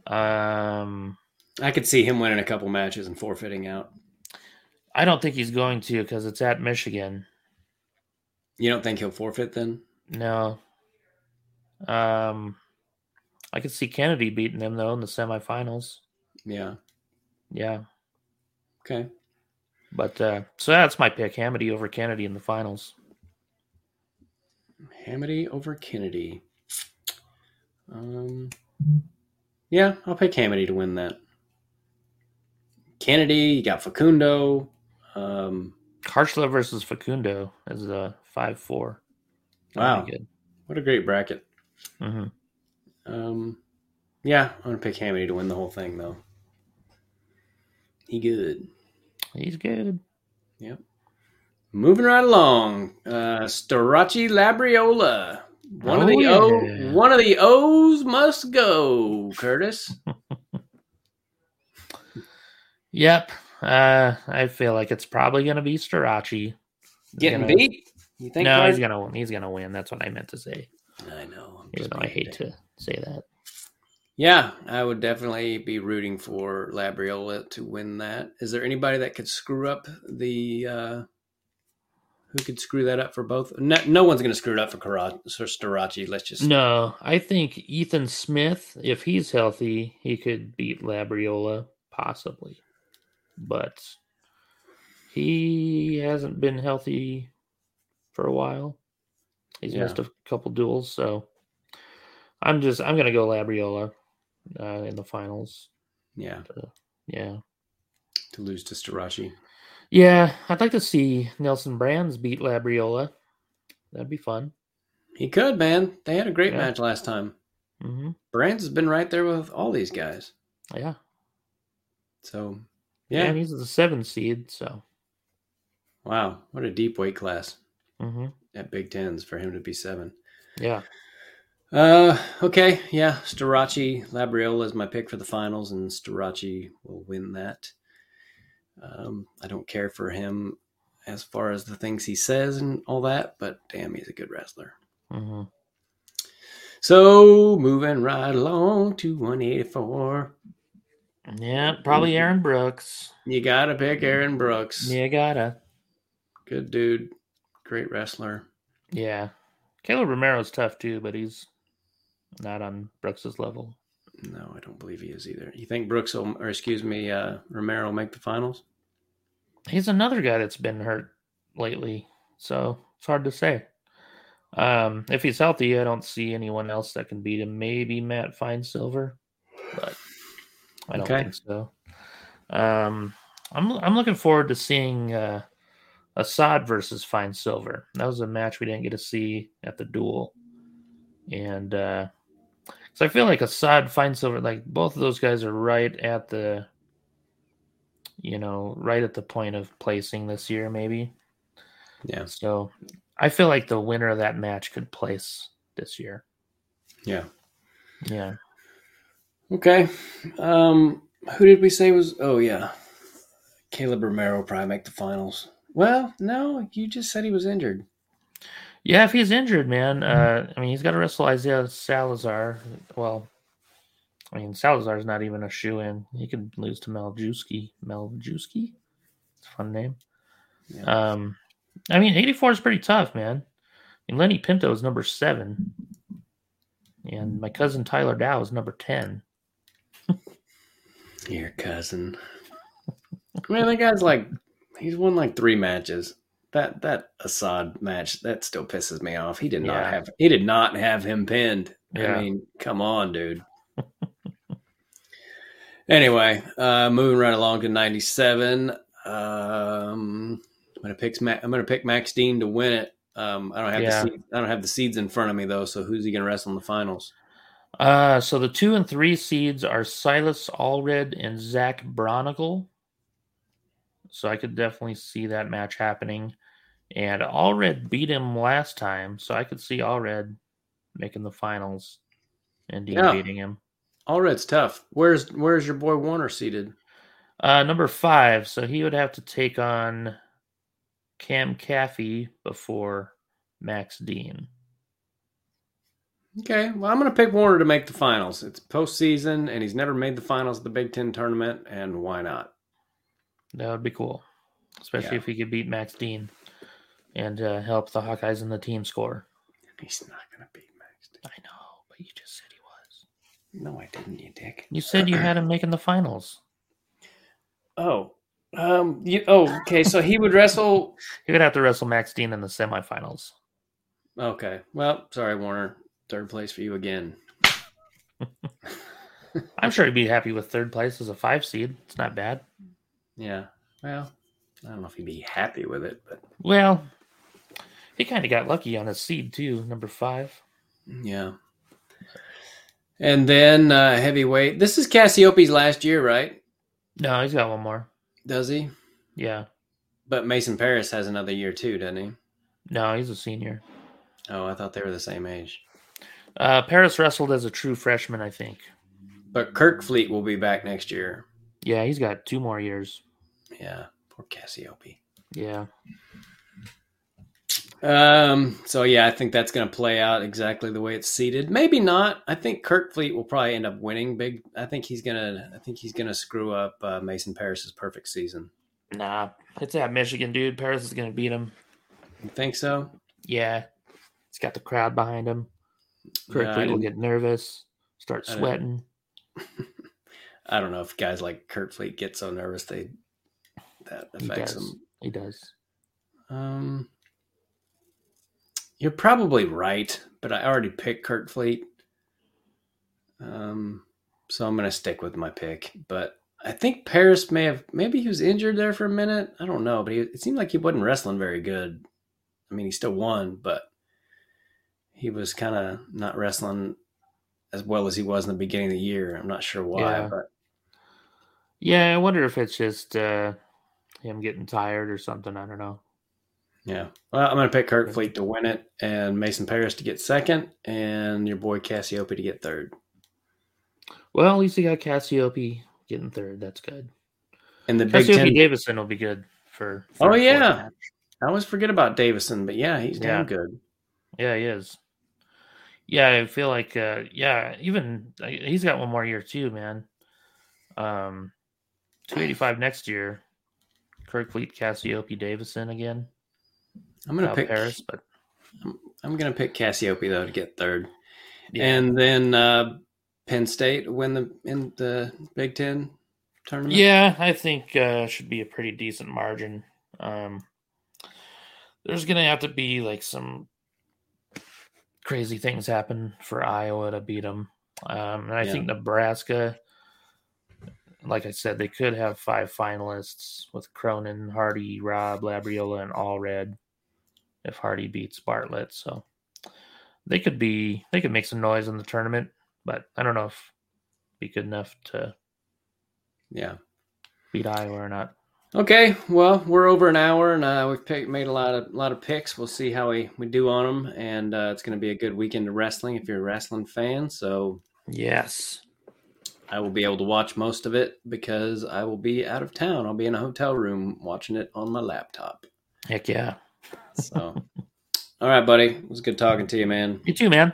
Speaker 2: Um,
Speaker 1: I could see him winning a couple matches and forfeiting out.
Speaker 2: I don't think he's going to because it's at Michigan.
Speaker 1: You don't think he'll forfeit then?
Speaker 2: No. Um, I could see Kennedy beating him though in the semifinals.
Speaker 1: Yeah.
Speaker 2: Yeah.
Speaker 1: Okay.
Speaker 2: But uh, so that's my pick Hamity over Kennedy in the finals.
Speaker 1: Hamity over Kennedy. Um, yeah, I'll pick Hamity to win that. Kennedy, you got Facundo. Um,
Speaker 2: Karchla versus Facundo is a five four.
Speaker 1: wow, what a great bracket.
Speaker 2: hmm
Speaker 1: Um, yeah, I'm gonna pick Hamity to win the whole thing though. He good.
Speaker 2: He's good.
Speaker 1: Moving right along, uh, Storacci Labriola. One of the
Speaker 2: Oh,
Speaker 1: O,
Speaker 2: yeah.
Speaker 1: one of the O's must go. Curtis.
Speaker 2: Yep. Uh, I feel like it's probably gonna be Starachi. He's
Speaker 1: Getting
Speaker 2: gonna-
Speaker 1: beat. You think?
Speaker 2: no,
Speaker 1: Clark?
Speaker 2: he's gonna win. He's gonna win. That's what I meant to say.
Speaker 1: I know. I'm
Speaker 2: Even
Speaker 1: just
Speaker 2: though I
Speaker 1: being
Speaker 2: hate
Speaker 1: a dick.
Speaker 2: to say that.
Speaker 1: Yeah, I would definitely be rooting for Labriola to win that. Is there anybody that could screw up the? uh Who could screw that up for both? No, no one's going to screw it up for Karate or Storacci. Let's just.
Speaker 2: No, I think Ethan Smith, if he's healthy, he could beat Labriola possibly, but he hasn't been healthy for a while. He's
Speaker 1: Yeah.
Speaker 2: missed a couple duels, so I'm just I'm gonna go Labriola uh, in the finals.
Speaker 1: Yeah,
Speaker 2: Yeah,
Speaker 1: to lose to Storacci.
Speaker 2: yeah. I'd like to see Nelson Brands beat Labriola. That'd be fun.
Speaker 1: He could, man. They had a great
Speaker 2: Yeah.
Speaker 1: match last time.
Speaker 2: Mm-hmm.
Speaker 1: Brands has been right there with all these guys.
Speaker 2: Yeah.
Speaker 1: So,
Speaker 2: yeah,
Speaker 1: yeah.
Speaker 2: And he's the seven seed, so.
Speaker 1: Wow, what a deep weight class
Speaker 2: hmm
Speaker 1: at Big Tens for him to be seven.
Speaker 2: Yeah.
Speaker 1: Uh, okay, yeah, Storacci Labriola is my pick for the finals, and Storacci will win that. Um, I don't care for him as far as the things he says and all that, but damn, he's a good wrestler.
Speaker 2: hmm
Speaker 1: So moving right along to 184,
Speaker 2: Yeah, probably Aaron Brooks.
Speaker 1: you gotta pick Aaron Brooks.
Speaker 2: Yeah, gotta.
Speaker 1: Good dude, great wrestler.
Speaker 2: Yeah. Caleb Romero's tough too, but he's not on Brooks's level.
Speaker 1: No, I don't believe he is either. You think Brooks will, or excuse me, uh, Romero will make the finals?
Speaker 2: He's another guy that's been hurt lately, so it's hard to say. Um, if he's healthy, I don't see anyone else that can beat him. Maybe Matt Finesilver, but I don't
Speaker 1: Okay.
Speaker 2: think so. Um, I'm I'm looking forward to seeing uh, Assad versus Fine Silver. That was a match we didn't get to see at the duel, and uh, so I feel like Assad Fine Silver, like both of those guys are right at the, you know, right at the point of placing this year, maybe.
Speaker 1: Yeah.
Speaker 2: So I feel like the winner of that match could place this year.
Speaker 1: Yeah.
Speaker 2: Yeah.
Speaker 1: Okay. Um, who did we say was? Oh yeah, Caleb Romero will probably make the finals. Well, no, you just said he was injured.
Speaker 2: Yeah, if he's injured, man, uh, I mean, he's got to wrestle Isaiah Salazar. Well, I mean, Salazar's not even a shoe in. He could lose to Maljewski. Maljewski? It's a fun name.
Speaker 1: Yeah.
Speaker 2: Um, I mean, 84 is pretty tough, man. I mean, Lenny Pinto is number seven, and my cousin Tyler Dow is number 10.
Speaker 1: Your cousin. Man, that guy's like, he's won like three matches. That that Assad match that still pisses me off. He did not
Speaker 2: Yeah.
Speaker 1: have he did not have him pinned.
Speaker 2: Yeah.
Speaker 1: I mean, come on, dude. anyway, uh moving right along to ninety seven. Um I'm gonna pick Ma- I'm gonna pick Max Dean to win it. Um I don't have
Speaker 2: Yeah.
Speaker 1: the seed, I don't have the seeds in front of me though, so who's he gonna wrestle in the finals?
Speaker 2: Uh, so the two and three seeds are Silas Allred and Zach Bronicle. So I could definitely see that match happening. And Allred beat him last time, so I could see Allred making the finals and Dean
Speaker 1: Yeah.
Speaker 2: beating him.
Speaker 1: All red's tough. Where's where's your boy Warner seated?
Speaker 2: Uh, number five, so he would have to take on Cam Caffey before Max Dean.
Speaker 1: Okay, well, I'm going to pick Warner to make the finals. It's postseason, and he's never made the finals of the Big Ten tournament, and why not?
Speaker 2: That would be cool, especially
Speaker 1: Yeah.
Speaker 2: if he could beat Max Dean and uh, help the Hawkeyes and the team score.
Speaker 1: He's not going to beat Max. Dean.
Speaker 2: I know, but you just said he was.
Speaker 1: No, I didn't, you dick.
Speaker 2: You said you had him making the finals.
Speaker 1: Oh, um, you, oh, okay. So he would wrestle.
Speaker 2: You're gonna have to wrestle Max Dean in the semifinals.
Speaker 1: Okay, well, sorry, Warner. Third place for you again.
Speaker 2: I'm sure he'd be happy with third place as a five seed. It's not bad.
Speaker 1: Yeah. Well, I don't know if he'd be happy with it, but
Speaker 2: Well, he kind of got lucky on his seed too, number five.
Speaker 1: yeah. And then uh, heavyweight. This is Cassiope's last year, right?
Speaker 2: No, he's got one more.
Speaker 1: Does he?
Speaker 2: Yeah.
Speaker 1: But Mason Paris has another year too, doesn't he?
Speaker 2: No, he's a senior.
Speaker 1: Oh, I thought they were the same age.
Speaker 2: Uh, Paris wrestled as a true freshman, I think.
Speaker 1: But Kirkfleet will be back next year.
Speaker 2: Yeah, he's got two more years.
Speaker 1: Yeah, poor Cassiope.
Speaker 2: Yeah.
Speaker 1: Um, so yeah, I think that's going to play out exactly the way it's seated. Maybe not. I think Kirkfleet will probably end up winning big. I think he's gonna. I think he's gonna screw up uh, Mason Paris's perfect season.
Speaker 2: Nah, it's at Michigan, dude. Paris is going to beat him.
Speaker 1: You think so?
Speaker 2: Yeah. He's got the crowd behind him.
Speaker 1: Yeah, I
Speaker 2: Kirkland will
Speaker 1: didn't-
Speaker 2: get nervous, start
Speaker 1: I didn't-
Speaker 2: sweating.
Speaker 1: I don't know if guys like Kirkfleet get so nervous they that
Speaker 2: He
Speaker 1: affects
Speaker 2: does.
Speaker 1: them.
Speaker 2: He does.
Speaker 1: Um, you're probably right, but I already picked Kirkfleet. Um, so I'm going to stick with my pick. But I think Paris may have, maybe he was injured there for a minute. I don't know, but he, it seemed like he wasn't wrestling very good. I mean, he still won, but he was kind of not wrestling as well as he was in the beginning of the year. I'm not sure why,
Speaker 2: Yeah.
Speaker 1: but
Speaker 2: Yeah, I wonder if it's just uh, him getting tired or something. I don't know.
Speaker 1: Yeah. Well, I'm going to pick Kurt Fleet to win it and Mason Paris to get second and your boy Cassiope to get third.
Speaker 2: Well, at least he got Cassiope getting third. That's good.
Speaker 1: And the Big
Speaker 2: Cassiope
Speaker 1: Ten.
Speaker 2: Davison will be good for. for
Speaker 1: Oh,
Speaker 2: a fourth
Speaker 1: yeah.
Speaker 2: match.
Speaker 1: I always forget about Davison, but yeah, he's
Speaker 2: Yeah.
Speaker 1: damn good.
Speaker 2: Yeah, he is. Yeah, I feel like uh yeah, even uh, he's got one more year too, man. Um 285 next year. Kirkfleet, Cassiope, Davison again.
Speaker 1: I'm going to
Speaker 2: Out
Speaker 1: pick
Speaker 2: Paris, but
Speaker 1: I'm going to pick Cassiope though to get third.
Speaker 2: yeah.
Speaker 1: And then uh, Penn State win the in the Big 10 tournament.
Speaker 2: yeah, I think uh should be a pretty decent margin. Um there's going to have to be like some crazy things happen for Iowa to beat them. Um and I
Speaker 1: Yeah.
Speaker 2: think Nebraska like I said, they could have five finalists with Cronin, Hardy, Rob, Labriola, and Allred. if Hardy beats Bartlett. So they could be they could make some noise in the tournament, but I don't know if be good enough to
Speaker 1: Yeah.
Speaker 2: beat Iowa or not.
Speaker 1: Okay, well, we're over an hour, and uh, we've picked, made a lot of lot of picks. We'll see how we, we do on them, and uh, it's going to be a good weekend of wrestling if you're a wrestling fan. So
Speaker 2: Yes.
Speaker 1: I will be able to watch most of it because I will be out of town. I'll be in a hotel room watching it on my laptop.
Speaker 2: Heck yeah.
Speaker 1: So, all right, buddy, it was good talking to you, man.
Speaker 2: You too, man.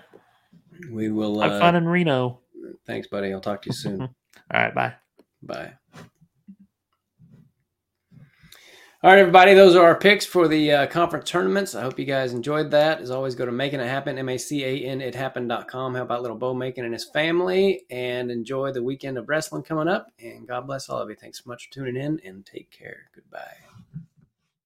Speaker 1: We will.
Speaker 2: Have
Speaker 1: Uh,
Speaker 2: fun in Reno.
Speaker 1: thanks, buddy. I'll talk to you soon.
Speaker 2: All right, bye.
Speaker 1: Bye. All right, everybody. Those are our picks for the uh, conference tournaments. I hope you guys enjoyed that. As always, go to making it happen, M A C A N it happen.com. How about little Bo Macon and his family? And enjoy the weekend of wrestling coming up. And God bless all of you. Thanks so much for tuning in and take care. Goodbye.